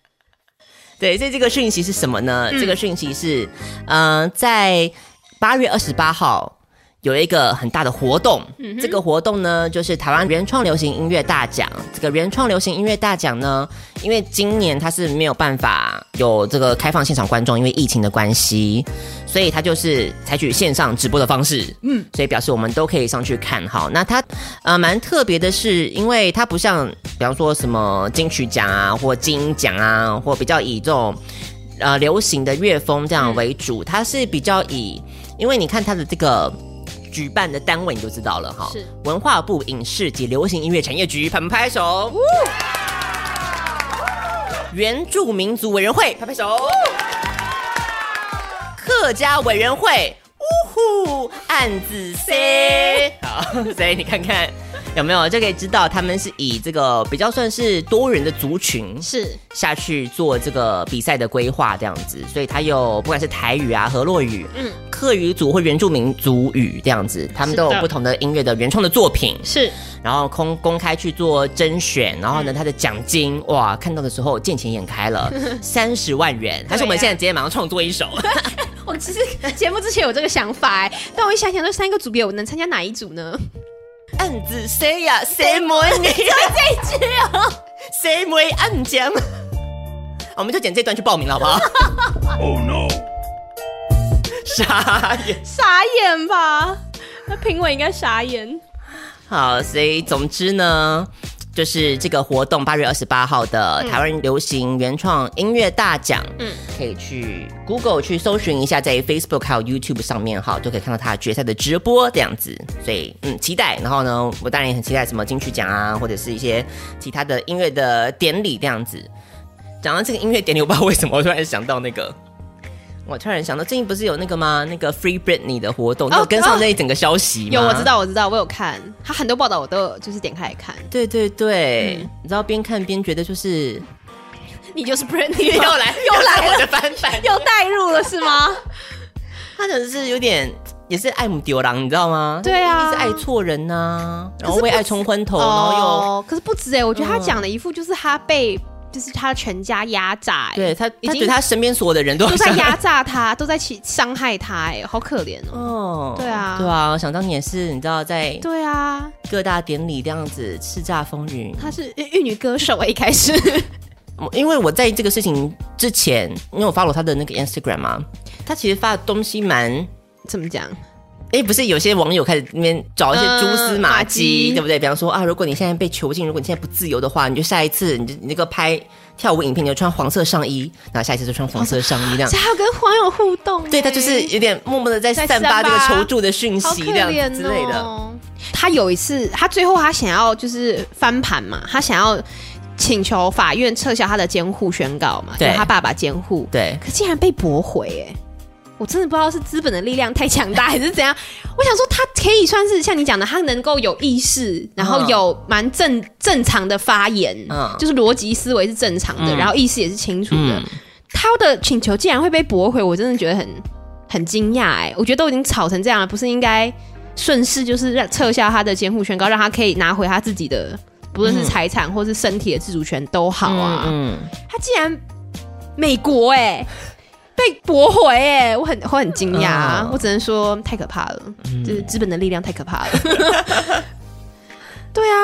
Speaker 1: 对，所以这个讯息是什么呢？这个讯息是，嗯、在八月二十八号有一个很大的活动。这个活动呢，就是台湾原创流行音乐大奖。这个原创流行音乐大奖呢，因为今年它是没有办法有这个开放现场观众，因为疫情的关系，所以它就是采取线上直播的方式。嗯，所以表示我们都可以上去看。好，那它呃，蛮特别的是，因为它不像，比方说什么金曲奖啊，或金鹰奖啊，或比较以这种呃流行的乐风这样为主，它是比较以，因为你看它的这个举办的单位你就知道了哈，
Speaker 2: 是
Speaker 1: 文化部影视及流行音乐产业局，拍拍手，原住民族委员会，拍拍手，客家委员会。呜呼，案子 C，好，所以你看看有没有就可以知道他们是以这个比较算是多元的族群
Speaker 2: 是
Speaker 1: 下去做这个比赛的规划这样子，所以它有不管是台语啊、河洛语、
Speaker 2: 嗯
Speaker 1: 客语族或原住民族语这样子，他们都
Speaker 2: 是
Speaker 1: 有
Speaker 2: 的
Speaker 1: 不同的音乐的原创的作品，
Speaker 2: 是，
Speaker 1: 然后公公开去做甄选，然后
Speaker 2: 嗯
Speaker 1: 呢，它的奖金哇，看到的时候见钱眼开 了，三十万元，还是我们现在直接马上创作一首？
Speaker 2: 我其实节目之前有这个想法哎、但我一想想，这三个组别我能参加哪一组呢？
Speaker 1: 案子谁呀？谁模拟？就这一句哦，谁模案讲？ 我们就剪这段去报名了，好不好
Speaker 7: Oh no.
Speaker 1: 傻眼。
Speaker 2: 傻眼吧？那评委应该傻眼。
Speaker 1: 好，所以总之呢，就是这个活动八月二十八号的
Speaker 2: 嗯
Speaker 1: 台湾流行原创音乐大奖，嗯，可以去 Google 去搜寻一下，在 Facebook 还有 YouTube 上面哈，都可以看到他决赛的直播这样子。所以嗯，期待。然后呢，我当然也很期待什么金曲奖啊，或者是一些其他的音乐的典礼这样子。讲到这个音乐典礼，我不知道为什么我突然想到那个。我突然想到，最近不是有那个吗？那个 Free Britney 的活动，你有跟上那一整个消息吗？
Speaker 2: 哦有我知道我知道，我有看他很多报道，我都有就是点开来看。
Speaker 1: 对对对，你知道边看边觉得就是
Speaker 2: 嗯你就是 Brandy，
Speaker 1: 又来又来我的翻版，
Speaker 2: 又带入了是吗？
Speaker 1: 他可能是有点也是爱姆丢狼，你知道吗？
Speaker 2: 对啊
Speaker 1: 一直爱错人呐、然后
Speaker 2: 可是不
Speaker 1: 为爱冲昏头，然后又。嗯
Speaker 2: 哦，可是不止哎、我觉得他讲的一副就是他被，就是他全家压榨、欸，
Speaker 1: 对他，
Speaker 2: 已
Speaker 1: 他
Speaker 2: 经
Speaker 1: 对他身边所有的人都
Speaker 2: 都在
Speaker 1: 想
Speaker 2: 压榨他，都在起伤害他、欸，哎，好可怜
Speaker 1: 哦，
Speaker 2: 哦、对啊
Speaker 1: 对啊，想当年也是，你知道，在
Speaker 2: 对啊，
Speaker 1: 各大典礼这样子叱咤风云。
Speaker 2: 她是玉女歌手、欸、一 开始，
Speaker 1: 我因为我在这个事情之前，因为我 follow 他的那个 Instagram 嘛，他其实发的东西蛮
Speaker 2: 怎么讲？
Speaker 1: 哎，不是有些网友开始那边找一些蛛丝马迹，
Speaker 2: 嗯马迹
Speaker 1: 对不对？比方说啊，如果你现在被囚禁，如果你现在不自由的话，你就下一次你就你那个拍跳舞影片，你就穿黄色上衣，然后下一次就穿黄色上衣这样
Speaker 2: 这。还有跟网友互动、欸，
Speaker 1: 对他就是有点默默的在
Speaker 2: 在
Speaker 1: 散发
Speaker 2: 散
Speaker 1: 这个
Speaker 2: 发
Speaker 1: 求助的讯
Speaker 2: 好
Speaker 1: 息，
Speaker 2: 可
Speaker 1: 这样
Speaker 2: 怜
Speaker 1: 子之类的。
Speaker 2: 哦。他有一次，他最后他想要就是翻盘嘛，他想要请求法院撤销他的监护宣告嘛，
Speaker 1: 对
Speaker 2: 就是他爸爸监护，
Speaker 1: 对欸
Speaker 2: 可竟然被驳回哎、我真的不知道是资本的力量太强大还是怎样。 我想说，他可以算是像你讲的，他能够有意识，然后
Speaker 1: 嗯
Speaker 2: 有蛮正正常的发言，
Speaker 1: 嗯
Speaker 2: 就是逻辑思维是正常的，
Speaker 1: 嗯
Speaker 2: 然后意识也是清楚的。
Speaker 1: 嗯
Speaker 2: 他的请求竟然会被驳回，我真的觉得很很惊讶哎！我觉得都已经吵成这样了，不是应该顺势就是让撤销他的监护宣告，让他可以拿回他自己的，不论是财产或是身体的自主权都好啊。
Speaker 1: 嗯，
Speaker 2: 他竟然美国哎、被驳回哎、我很我很惊讶、
Speaker 1: 嗯
Speaker 2: 我只能说太可怕了，就是资本的力量太可怕了。对啊，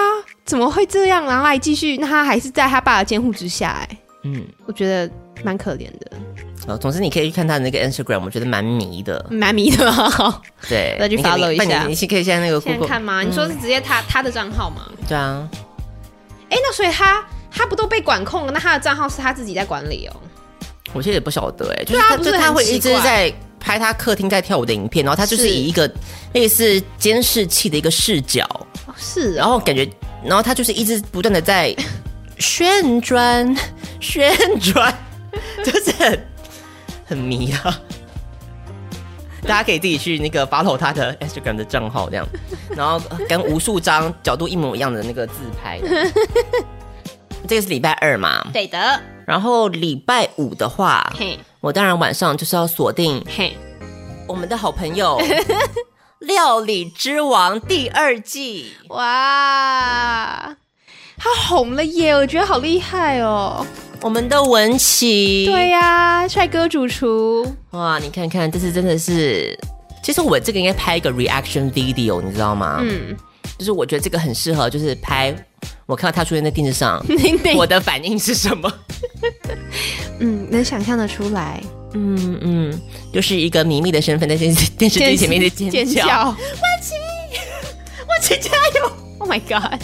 Speaker 2: 怎么会这样？然后还继续，那他还是在他爸的监护之下哎、
Speaker 1: 嗯，
Speaker 2: 我觉得蛮可怜的，
Speaker 1: 哦，总之你可以去看他的那个 Instagram，我觉得蛮迷的。
Speaker 2: 蛮迷的、啊。
Speaker 1: 对，
Speaker 2: 再去
Speaker 1: 你可以
Speaker 2: follow 一
Speaker 1: 那你
Speaker 2: 下
Speaker 1: 你是可以现在那个
Speaker 2: 现在
Speaker 1: Google
Speaker 2: 看吗？你说是直接他、他的账号吗？
Speaker 1: 对啊，
Speaker 2: 哎、那所以他他不都被管控了？那他的账号是他自己在管理哦。
Speaker 1: 我其实也不晓得哎、就是
Speaker 2: 啊
Speaker 1: 他
Speaker 2: 不
Speaker 1: 就是是他
Speaker 2: 很
Speaker 1: 会
Speaker 2: 奇
Speaker 1: 一直
Speaker 2: 怪
Speaker 1: 在拍他客厅在跳舞的影片，然后他就是
Speaker 2: 是
Speaker 1: 以一个类似监视器的一个视角，
Speaker 2: 哦是
Speaker 1: 然
Speaker 2: 哦，
Speaker 1: 后感觉，然后他就是一直不断的在旋转旋转， 就是很很迷啊。 大家可以自己去那个 follow 他的 Instagram 的账号，这样，然后跟无数张角度一模一样的那个自拍。 这个是礼拜二嘛？
Speaker 2: 对的，
Speaker 1: 然后礼拜五的话，
Speaker 2: 嘿
Speaker 1: 我当然晚上就是要锁定
Speaker 2: 嘿，
Speaker 1: 我们的好朋 友《料理之王》第二季。
Speaker 2: 哇，他红了耶！我觉得好厉害哦。
Speaker 1: 我们的文琪，
Speaker 2: 对呀、帅哥主厨，
Speaker 1: 哇，你看看，这次真的是，其实我这个应该拍一个 reaction video，你知道吗？
Speaker 2: 嗯，
Speaker 1: 就是我觉得这个很适合，就是拍我看到他出现在电视 上，
Speaker 2: 你得
Speaker 1: 我的反应是什么？
Speaker 2: 嗯，能想象的出来，
Speaker 1: 嗯嗯，就是一个迷密的身份在电视电视机前面的尖叫。
Speaker 2: 万琪，万琪加油！Oh my god，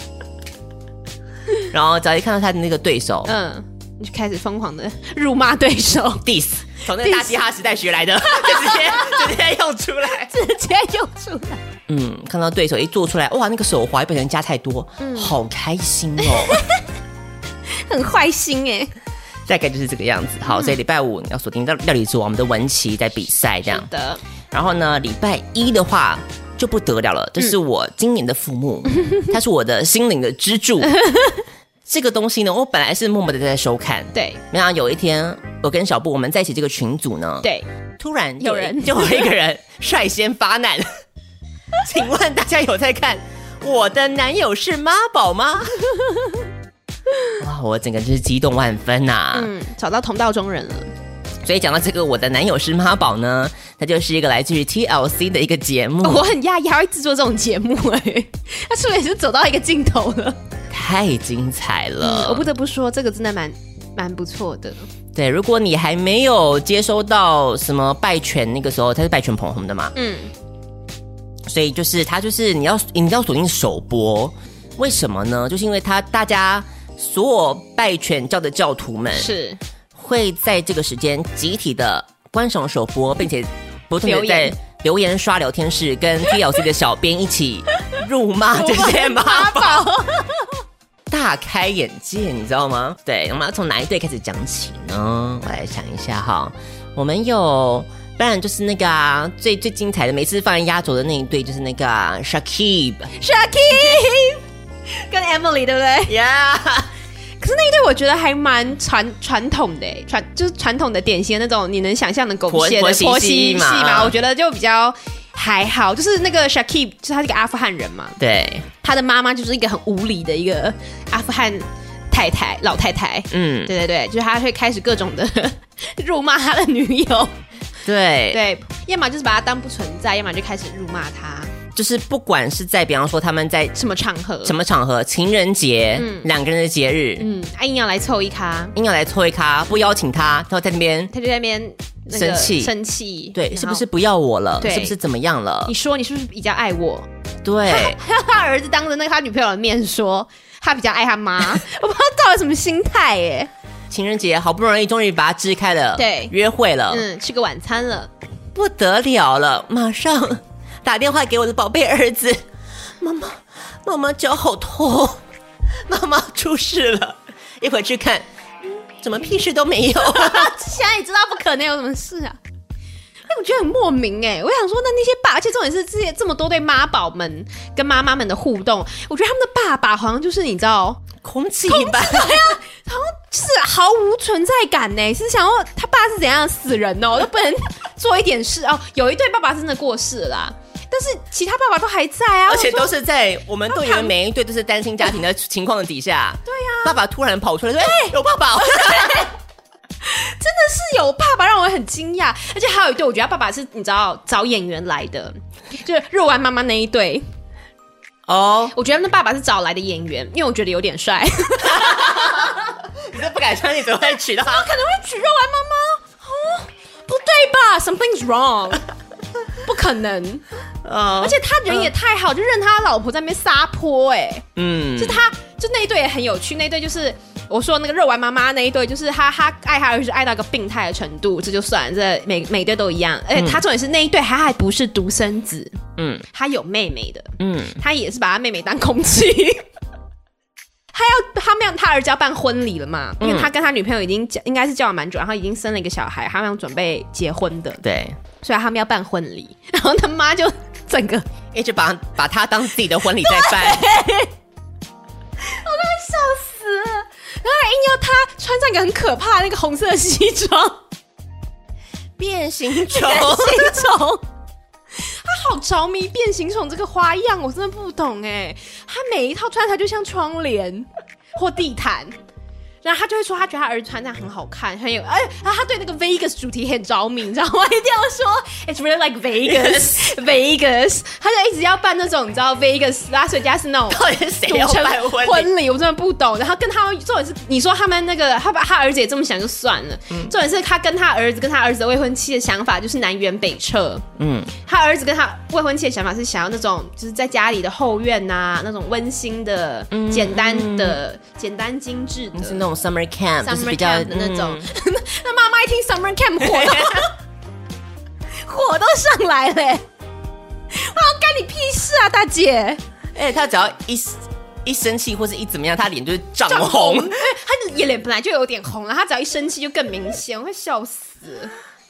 Speaker 1: 然后只要一看到他的那个对手、
Speaker 2: 嗯，你就开始疯狂的辱骂对手，
Speaker 1: diss，从那个大嘻哈时代学来的， 就直接直 接用出来。
Speaker 2: 直接用出来。
Speaker 1: 嗯，看到对手一做出来，哇，那个手滑，被人加太多，
Speaker 2: 嗯
Speaker 1: 好开心哦。
Speaker 2: 很坏心哎、
Speaker 1: 大概就是这个样子。
Speaker 2: 嗯
Speaker 1: 好，所以礼拜五你要锁定到料理组，我们的文琪在比赛这样。
Speaker 2: 的，
Speaker 1: 然后呢，礼拜一的话就不得了了，这
Speaker 2: 嗯
Speaker 1: 是我今年的父 母，他是我的心灵的支柱。这个东西呢，我本来是默默的在收看，
Speaker 2: 对
Speaker 1: 没想到有一天我跟小布我们在一起这个群组呢，，
Speaker 2: 对，
Speaker 1: 突然
Speaker 2: 有
Speaker 1: 就一
Speaker 2: 人
Speaker 1: 就有一个人率先发难，请问大家有在看我的男友是妈宝 吗？哇，我整个就是激动万分呐、
Speaker 2: 嗯，找到同道中人了，
Speaker 1: 所以讲到这个，我的男友是妈宝呢，它就是一个来自于 TLC 的一个节目，
Speaker 2: 我很讶异他会制作这种节目哎、他是不是也是走到一个尽头了？
Speaker 1: 太精彩了。
Speaker 2: 我不得不说，这个真的蛮蛮不错的。
Speaker 1: 对，如果你还没有接收到什么拜犬，那个时候它是拜犬捧红的嘛，
Speaker 2: 嗯，
Speaker 1: 所以就是它就是你要你要锁定首播，为什么呢？就是因为它大家所有拜犬教的教徒们
Speaker 2: 是
Speaker 1: 会在这个时间集体的观赏首播，并且不断
Speaker 2: 留
Speaker 1: 的
Speaker 2: 言
Speaker 1: 在留言刷聊天室，跟 TLC 的小编一起辱骂这些 妈宝，大开眼界，你知道吗？对，我们要从哪一队开始讲起呢？我来想一下哈，我们有。当然就是那个啊，最最精彩的，每次放在压轴的那一队就是那个、啊、Shakib，
Speaker 2: Shaki 跟 Emily 对不对？
Speaker 1: 呀
Speaker 2: 可是那一对我觉得还蛮传传统的欸，传就是传统的典型的那种你能想象的狗
Speaker 1: 婆
Speaker 2: 血的
Speaker 1: 婆媳
Speaker 2: 婆
Speaker 1: 戏
Speaker 2: 媳
Speaker 1: 嘛
Speaker 2: 戏嘛，我觉得就比较还好。就是那个 Shakib，就是他是一个阿富汗人嘛，
Speaker 1: 对，
Speaker 2: 他的妈妈就是一个很无理的一个阿富汗太太老太太。
Speaker 1: 嗯，
Speaker 2: 对对对，就是他会开始各种的 辱骂他的女友，
Speaker 1: 对，
Speaker 2: 对，要么就是把他当不存在，要么就开始辱骂他。
Speaker 1: 就是不管是在比方说他们在
Speaker 2: 什么场合，
Speaker 1: 什么场合？情人节，两个人的节日，
Speaker 2: 嗯，啊硬要来凑一咖，
Speaker 1: 硬要来凑一咖，不邀请他，然后在那边，
Speaker 2: 他就在那边、那个
Speaker 1: 生气
Speaker 2: 生气，
Speaker 1: 对，
Speaker 2: 然
Speaker 1: 是
Speaker 2: 后
Speaker 1: 不是？不要我了？
Speaker 2: 对
Speaker 1: 是不是怎么样了
Speaker 2: 你？说你是不是比较爱我？
Speaker 1: 对，
Speaker 2: 他儿子当着那个他女朋友的面说他比较爱他妈， 我不知道到了什么心态耶。
Speaker 1: 情人节好不容易终于把它支开了，
Speaker 2: 对
Speaker 1: 约会了，
Speaker 2: 嗯，吃个晚餐了，
Speaker 1: 不得了了，马上 打电话给我的宝贝儿子，妈妈，妈妈脚好痛，妈妈出事了，一会儿去 看，嗯怎么屁事都没有。
Speaker 2: 现在你知道不可能有什么事啊。我觉得很莫名哎、我想说，那那些爸，而且重点是这些这么多对妈宝们跟妈妈们的互动，我觉得他们的爸爸好像就是你知道，
Speaker 1: 空气吧，
Speaker 2: 就是毫无存在感呢、是想要他爸是怎样死人哦，都不能做一点事哦。有一对爸爸真的过世了啦，但是其他爸爸都还在啊，
Speaker 1: 而且
Speaker 2: 我
Speaker 1: 都
Speaker 2: 说
Speaker 1: 是在我们队员每一队都是单亲家庭的情况的底下。对呀、爸爸突然跑出来说：“哎、有爸爸哦！”
Speaker 2: 真的是有爸爸让我很惊讶，而且还有一对，我觉得他爸爸是你知道找演员来的，就是肉丸妈妈那一对，
Speaker 1: 哦，
Speaker 2: 我觉得那爸爸是找来的演员，因为我觉得有点帅。
Speaker 1: 你都不敢穿，你怎么会娶到他？
Speaker 2: 可能会娶肉丸妈妈？哦，不对吧？Something's wrong，不 可能！
Speaker 1: 哦
Speaker 2: 而且他人也太好，就任他老婆在那边撒泼、哎、
Speaker 1: 嗯，
Speaker 2: 就他就那一对也很有趣，那一对就是。我说那个肉丸妈妈那一对，就是他他爱他儿子爱到一个病态的程度，这就算这每每对都一样。而且他重点是那一对他还不是独生子，
Speaker 1: 嗯
Speaker 2: 他有妹妹的，
Speaker 1: 嗯，
Speaker 2: 他也是把他妹妹当空 气。他要他们要他儿子要办婚礼了嘛？因为他跟他女朋友已经交应该是交往蛮久，然后已经生了一个小孩，他们要准备结婚的，
Speaker 1: 对，
Speaker 2: 所以他们要办婚礼。 然后他妈就整个
Speaker 1: 一直把把他当自己的婚礼在办。
Speaker 2: 死了，然后还硬要他穿上一个很可怕的那个红色的西装，
Speaker 1: 变形虫，
Speaker 2: 西装。他好着迷变形虫这个花样，我真的不懂哎。他每一套穿起来就像窗帘或地毯，然后他就会说他觉得他儿子穿这样很好看，很有哎，然后他对那个 Vegas 主题很着迷，你知道吗？一定要说 It's really like Vegas Vegas，他就一直要办那种你知道 Vegas 拉斯维加斯那种
Speaker 1: 到底是谁
Speaker 2: 赌
Speaker 1: 要
Speaker 2: 城
Speaker 1: 办婚礼？
Speaker 2: 婚礼，我真的不懂。然后跟他重点是，你说他们那个他把他儿子也这么想就算了，
Speaker 1: 嗯
Speaker 2: 重点是他跟他儿子跟他儿子的未婚妻的想法就是南辕北辙。
Speaker 1: 嗯，
Speaker 2: 他儿子跟他未婚妻的想法是想要那种就是在家里的后院呐、那种温馨的、简单的、简单精致的
Speaker 1: 嗯是那种 summer camp，就是
Speaker 2: summer
Speaker 1: 比较嗯
Speaker 2: camp 的那种。 那妈妈一听 summer camp 火 都火都上来了、欸，哇，干你屁事啊，大姐！
Speaker 1: 哎、他只要一一生气或是一怎么样，他脸就是涨
Speaker 2: 涨
Speaker 1: 红。
Speaker 2: 因为 他的脸本来就有点红了，他只要一生气就更明显，我会笑死。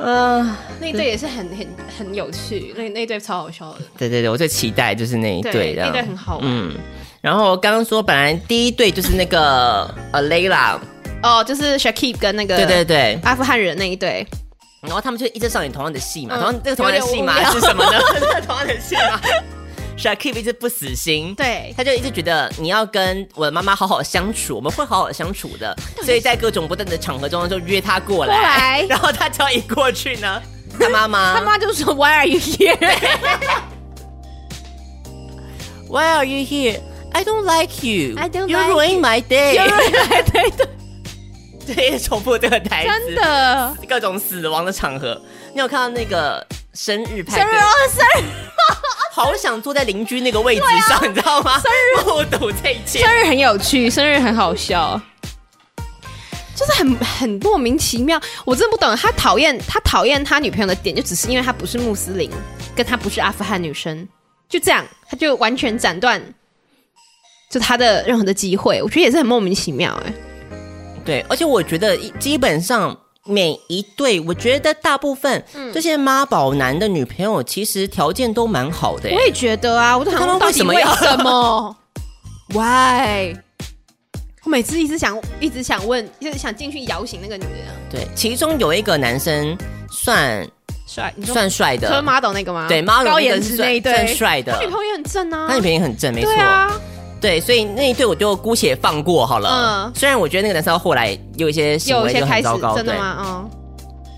Speaker 1: 嗯、
Speaker 2: 那呃一对也是很很很有趣，那那一对超好笑的，
Speaker 1: 对对对，我最期待就是那一对
Speaker 2: 那一
Speaker 1: 的
Speaker 2: 对。很好玩、
Speaker 1: 嗯，然后刚刚说本来第一对就是那 个呃 Layla，
Speaker 2: 哦，就是 Shakib 跟那个
Speaker 1: 对对对，
Speaker 2: 阿富汗人那一 对，
Speaker 1: 然后他们就一直上演同样的戏嘛，
Speaker 2: 嗯
Speaker 1: 同样这个同样的戏
Speaker 2: 有
Speaker 1: 嘛
Speaker 2: 点无
Speaker 1: 是什么呢？ 这个同样的戏嘛，Shakib 一直不死心，
Speaker 2: 对
Speaker 1: 他就一直觉得你要跟我的妈妈好好相处，我们会好好相处的，所以在各种不断的场合中就约她过来，
Speaker 2: 过来
Speaker 1: 然后他只要一过去呢，他妈妈
Speaker 2: 他妈就说 Why are you here？
Speaker 1: Why are you here? I don't like you.
Speaker 2: I don't
Speaker 1: you
Speaker 2: like
Speaker 1: ruin my day.
Speaker 2: 有人 对对，
Speaker 1: 这也重复这个台词，
Speaker 2: 真的
Speaker 1: 各种死亡的场合。你有看到那个生日派
Speaker 2: 生日
Speaker 1: 对？
Speaker 2: 哦生日
Speaker 1: 好想坐在邻居那个位置上，你知道吗？生日目睹这一切。
Speaker 2: 啊生日很有趣，生日很好笑。就是很很莫名其妙，我真的不懂他讨厌他讨厌他女朋友的点，就只是因为他不是穆斯林，跟他不是阿富汗女生，就这样，他就完全斩断就他的任何的机会，我觉得也是很莫名其妙哎、
Speaker 1: 对，而且我觉得一基本上每一对，我觉得大部分、
Speaker 2: 嗯
Speaker 1: 这些妈宝男的女朋友其实条件都蛮好的耶。
Speaker 2: 我也觉得啊，我就想
Speaker 1: 他
Speaker 2: 说
Speaker 1: 们
Speaker 2: 到
Speaker 1: 为
Speaker 2: 底
Speaker 1: 什么
Speaker 2: 为
Speaker 1: 要
Speaker 2: 什 么？Why？我每次一直想一直想问，就是想进去摇醒那个女人啊，
Speaker 1: 对，其中有一个男生算
Speaker 2: 帅，你说
Speaker 1: 算帅
Speaker 2: 说
Speaker 1: 的，
Speaker 2: model 那个吗？
Speaker 1: 对，model
Speaker 2: 高
Speaker 1: 那个
Speaker 2: 颜
Speaker 1: 是
Speaker 2: 值
Speaker 1: 算
Speaker 2: 那一对，
Speaker 1: 算帅的
Speaker 2: 他女朋友也很正啊，
Speaker 1: 他女朋友也很正，没错。
Speaker 2: 对啊，
Speaker 1: 对，所以那一对我就姑且放过好了。
Speaker 2: 嗯
Speaker 1: 虽然我觉得那个男生后来有一些行
Speaker 2: 有
Speaker 1: 为
Speaker 2: 些
Speaker 1: 就
Speaker 2: 开
Speaker 1: 很
Speaker 2: 始
Speaker 1: 糟糕，
Speaker 2: 真的
Speaker 1: 对，
Speaker 2: 吗？嗯，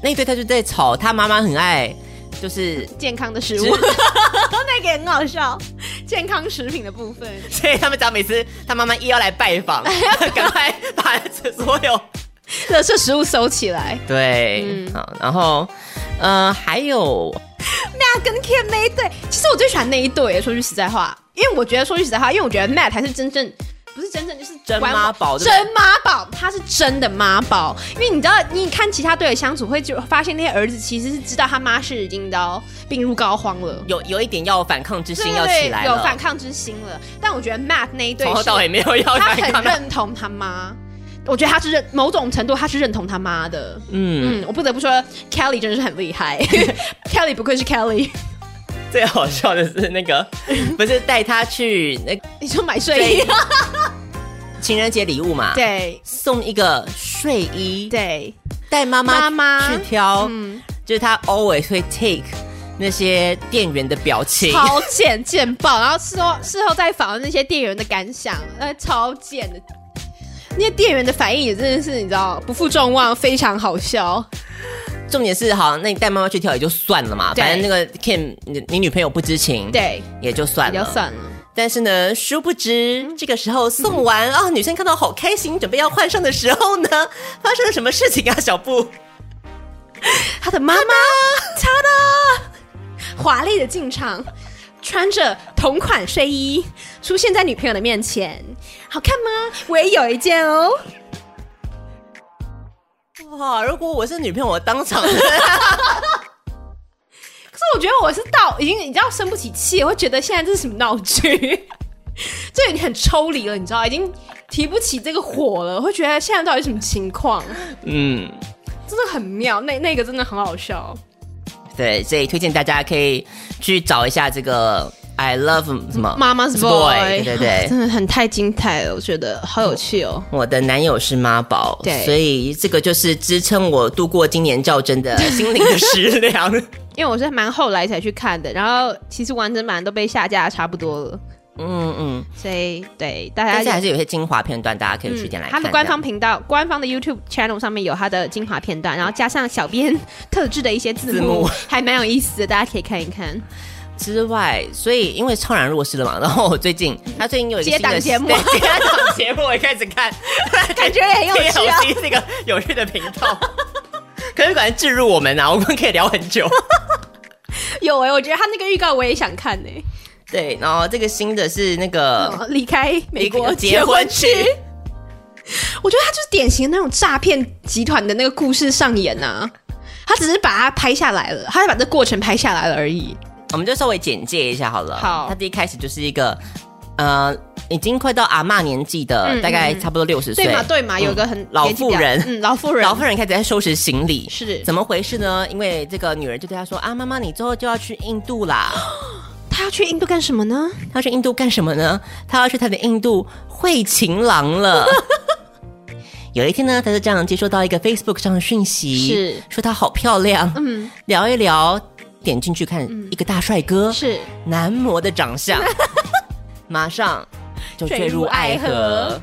Speaker 1: 那一对他就在吵，他妈妈很爱，就是，
Speaker 2: 健康的食
Speaker 1: 只
Speaker 2: 物，那个也很好笑， 健康食品的部分，
Speaker 1: 所以他们只要每次他妈妈一要来拜 访，赶快把所有
Speaker 2: 垃圾食物收起来。
Speaker 1: 对，
Speaker 2: 嗯
Speaker 1: 好，然后呃还有
Speaker 2: 那跟 Kim 那一对，其实我最喜欢那一对，说句实在话，因为我觉得说句实在话，因为我觉得 Matt 才是真正。不是真正就是
Speaker 1: 真
Speaker 2: 玩
Speaker 1: 妈宝对不对
Speaker 2: 真妈宝，他是真的妈宝。因为你知道，你看其他队的相处，会就发现那些儿子其实是知道他妈是已经到病入膏肓了，
Speaker 1: 有有一点要反抗之
Speaker 2: 对
Speaker 1: 心
Speaker 2: 对
Speaker 1: 要
Speaker 2: 对
Speaker 1: 起来了，
Speaker 2: 有反抗之心了。但我觉得 Matt 那一对
Speaker 1: 从头
Speaker 2: 是
Speaker 1: 到尾没有要反
Speaker 2: 他很
Speaker 1: 抗，
Speaker 2: 认同他妈，我觉得他是认某种程度他是认同他妈的。
Speaker 1: 嗯，
Speaker 2: 嗯，我不得不说，Kelly 真的是很厉 害，Kelly 不愧是 Kelly。
Speaker 1: 最好笑的是那 个，不是带他去那
Speaker 2: 你说买睡衣，
Speaker 1: 情人节礼物嘛？，
Speaker 2: 对
Speaker 1: 送一个睡衣，，
Speaker 2: 对，
Speaker 1: 带妈妈
Speaker 2: 妈妈
Speaker 1: 去挑，
Speaker 2: 嗯，
Speaker 1: 就是他 always 会 take 那些店员的表情，
Speaker 2: 超贱贱爆，然后事后事后再访问那些店员的感想，呃，超贱的。那些店员的反应也真的是，你知道，不负众望，非常好笑。
Speaker 1: 重点是好，那你带妈妈去挑也就算了嘛，
Speaker 2: 对
Speaker 1: 反正那个 Kim 你你女朋友不知情，，
Speaker 2: 对，
Speaker 1: 也就算
Speaker 2: 比较
Speaker 1: 了。
Speaker 2: 算嗯了。
Speaker 1: 但是呢，殊不知这个时候送完啊、女生看到好开心，准备要换上的时候 呢，发生了什么事情啊？小布，
Speaker 2: 他的妈妈，他的华丽的进场，穿着同款睡衣出现在女朋友的面前，好看吗？我也有一件哦。
Speaker 1: 哇！如果我是女朋友，我当场
Speaker 2: 可是我觉得我是到已经你知道生不起气，我会觉得现在这是什么闹剧， 这已经很抽离了，你知道，已经提不起这个火了，会觉得现在到底什么情况，
Speaker 1: 嗯。
Speaker 2: 真的很妙，那那个真的很好笑。
Speaker 1: 对，所以推荐大家可以去找一下这个 I love 什么
Speaker 2: 妈妈
Speaker 1: Boy，对对对
Speaker 2: 真的很太精彩了，我觉得好有趣哦。
Speaker 1: 我的男友是妈宝，
Speaker 2: 对
Speaker 1: 所以这个就是支撑我度过今年较真的心灵的食 粮。
Speaker 2: 因为我是蛮后来才去看的，然后其实完整版都被下架得差不多了，
Speaker 1: 嗯嗯，
Speaker 2: 所以对大
Speaker 1: 但是
Speaker 2: 家嗯
Speaker 1: 还是有些精华片段，大家可以去点来看。
Speaker 2: 他的官方频道、官方的 YouTube channel 上面有他的精华片段，然后加上小编特制的一些字幕，
Speaker 1: 字幕
Speaker 2: 还蛮有意思的，大家可以看一 看。
Speaker 1: 这样之外，所以因为超然弱势了嘛，然后我最近他最近有一个
Speaker 2: 接档
Speaker 1: 新的
Speaker 2: 节目
Speaker 1: 对接档节目我也开始看，
Speaker 2: 感觉也 很有 趣啊
Speaker 1: TLC 这个有趣的频道。 可是管置入我们啊，我们可以聊很 久。
Speaker 2: 有哎、我觉得他那个预告我也想看呢、
Speaker 1: 对，然后这个新的是那个、
Speaker 2: 哦离开美国
Speaker 1: 结婚去，
Speaker 2: 我觉得他就是典型的那种诈骗集团的那个故事上演呐、他只是把它拍下来了，他把这过程拍下来了而已。
Speaker 1: 我们就稍微简介一下好了。
Speaker 2: 好
Speaker 1: 他第一开始就是一个呃，已经快到阿嬷年纪的，
Speaker 2: 嗯嗯
Speaker 1: 大概差不多六十岁，
Speaker 2: 对嘛对嘛，有个很、
Speaker 1: 嗯老妇人
Speaker 2: 嗯，老妇人，
Speaker 1: 老妇人开始在收拾行李，
Speaker 2: 是
Speaker 1: 怎么回事呢？因为这个女人就对他说啊，妈妈，你之后就要去印度 啦。
Speaker 2: 他要去印度干什么呢？
Speaker 1: 他要去印度干什么呢？他要去他的印度会情郎了。 有一天呢，他就这样接收到一个 Facebook 上的讯息，
Speaker 2: 是
Speaker 1: 说她好漂亮，嗯，聊一聊，点进去看一个大帅哥，
Speaker 2: 嗯是
Speaker 1: 男模的长 相，马上就坠入爱
Speaker 2: 坠入爱河
Speaker 1: 河。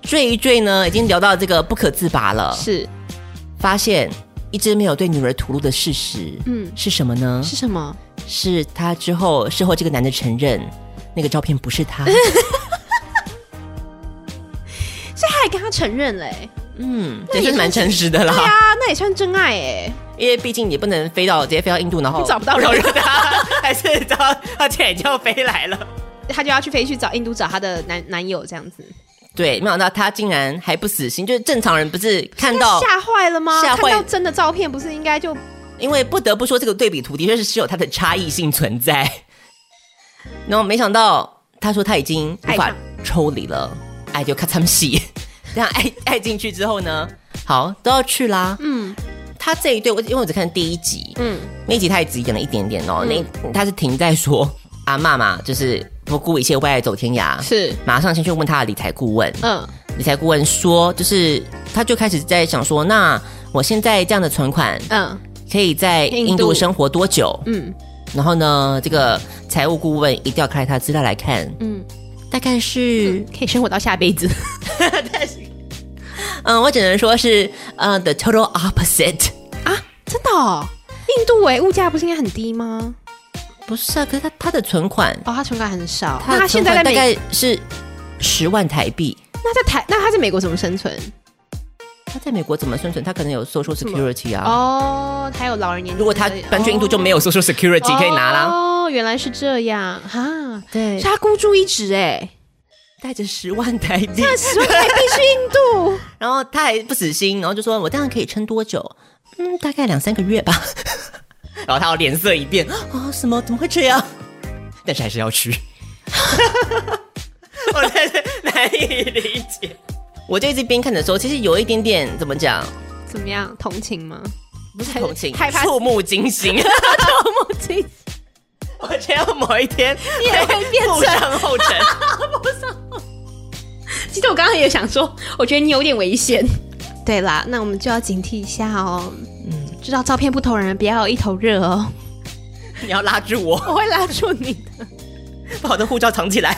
Speaker 1: 坠一坠呢，已经聊到这个不可自拔了，
Speaker 2: 是
Speaker 1: 发现一直没有对女儿吐露的事实，
Speaker 2: 嗯
Speaker 1: 嗯，是什么呢？
Speaker 2: 是什么？
Speaker 1: 是他之后事后这个男的承认，那个照片不是 他。
Speaker 2: 所以他还跟他承认嘞、
Speaker 1: 嗯，这是蛮诚实的
Speaker 2: 对
Speaker 1: 啦，
Speaker 2: 啊，那也算真爱哎、
Speaker 1: 因为毕竟你不能飞到直接飞到印度，然后啊
Speaker 2: 找不到 人
Speaker 1: 找不到他， 还是找他竟然已经要飞来了。
Speaker 2: 他就要去飞去找印度找他的男男友这样子，
Speaker 1: 对，没想到他竟然还不死心，就是正常人不是看到
Speaker 2: 吓坏了吗？
Speaker 1: 吓
Speaker 2: 看
Speaker 1: 坏
Speaker 2: 到真的照片不是应该就
Speaker 1: 因为不得不说，这个对比图的确是是有它的差异性存 在。然后没想到他说他已经无
Speaker 2: 爱
Speaker 1: 法
Speaker 2: 上
Speaker 1: 抽离了，爱就咔嚓 戏，这样爱爱进去之后呢，好都要去啦。嗯，他这一对我因为我只看第一集，嗯，那一集他也只演了一点点哦，那他是停在说阿妈嘛，就是不顾一切为爱走天涯，
Speaker 2: 是
Speaker 1: 马上先去问他的理财顾问，
Speaker 2: 嗯
Speaker 1: 理财顾问说，就是他就开始在想说，那我现在这样的存款，
Speaker 2: 嗯
Speaker 1: 可以在印度生活多久？
Speaker 2: 嗯
Speaker 1: 然后呢，这个财务顾问一定要开他的资料来看，
Speaker 2: 嗯，
Speaker 1: 大概是，
Speaker 2: 可以生活到下辈子，
Speaker 1: 嗯，我只能说是，呃，the total opposite。
Speaker 2: 真的、哦。印度哎、物价不是应该很低吗？
Speaker 1: 不是啊，可是他他的存款，
Speaker 2: 哦，他存款很少。
Speaker 1: 的
Speaker 2: 那他现
Speaker 1: 存
Speaker 2: 在在
Speaker 1: 款大
Speaker 2: 美，
Speaker 1: 概是十万台币。
Speaker 2: 那在台，那他在美国怎么生存？
Speaker 1: 他在美国怎么生存？他可能有 social
Speaker 2: 么
Speaker 1: security 啊。
Speaker 2: 哦，还有老人年金之类的。
Speaker 1: 如果他搬去印度就没
Speaker 2: 有
Speaker 1: 有 social security 可以拿啦。
Speaker 2: 哦，原来是这样哈。
Speaker 1: 对
Speaker 2: 所以他孤注一掷
Speaker 8: 欸
Speaker 2: 哎，
Speaker 1: 带着十万台币，
Speaker 2: 十万台币去印度，
Speaker 1: 然后他还不死心，然后就说：“我这样可以撑多久？嗯，大概两三个月吧。” 然后他脸色一变，啊、什么？怎么会这样？但是 还是要去。我真是难以理解。我就一直边看的时候，其实有一点点怎么讲，
Speaker 2: 怎么样？同情 吗？
Speaker 1: 不是同情，
Speaker 2: 害怕
Speaker 1: 触目惊心。
Speaker 2: 我母亲
Speaker 1: 我觉得某一天你
Speaker 2: 也会变成
Speaker 1: 步上后尘。
Speaker 2: 其实我刚刚也想说，我觉得你有点危险。对啦，那我们就要警惕一下哦。嗯，知道照片不投人，不要一头热哦。
Speaker 1: 你要拉住我，
Speaker 2: 我会拉住你的。
Speaker 1: 把我的护照藏起 来。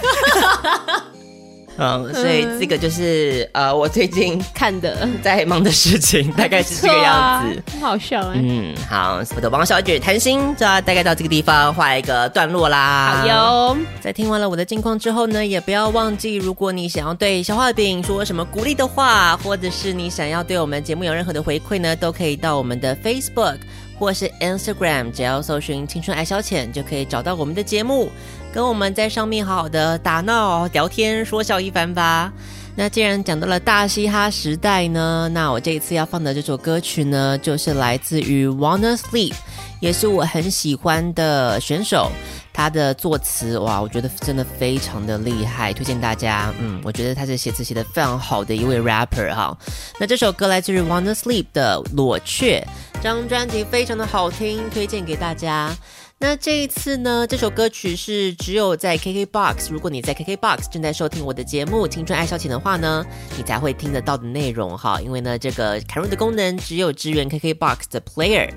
Speaker 1: 嗯，所以这个就是呃，我最近
Speaker 2: 看的，
Speaker 1: 在忙的事情，大概是这个样子。
Speaker 2: 啊很好笑哎、
Speaker 1: 嗯，好，我的王小姐谈心就要大概到这个地方画一个段落啦。
Speaker 2: 好哟，
Speaker 1: 在听完了我的近况之后呢，也不要忘记，如果你想要对小画饼说什么鼓励的话，或者是你想要对我们节目有任何的回馈呢，都可以到我们的 Facebook 或是 Instagram，只要搜寻“青春爱消遣”就可以找到我们的节目，跟我们在上面好好的打闹、聊天、说笑一番吧。那既然讲到了大嘻哈时代呢，那我这一次要放的这首歌曲呢，就是来自于 Wanna Sleep，也是我很喜欢的选手。他的作词哇，我觉得真的非常的厉害，推荐大家。嗯，我觉得他是写词写的非常好的一位 rapper 哈。那这首歌来自于 Wanna Sleep 的《裸雀》，这张专辑非常的好听，推荐给大家。那这一次呢，这首歌曲是只有在 KKBOX，如果你在 KKBOX 正在收听我的节目《青春爱消遣》的话呢，你才会听得到的内容哈。因为呢，这个凯瑞的功能只有支援 KKBOX 的 Player，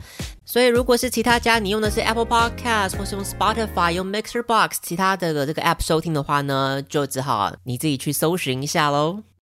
Speaker 1: 所以如果是其他家你用的是 Apple Podcast 或是用 Spotify、用 Mixer Box 其他的这个 App 收听的话呢，就只好你自己去搜寻一下喽。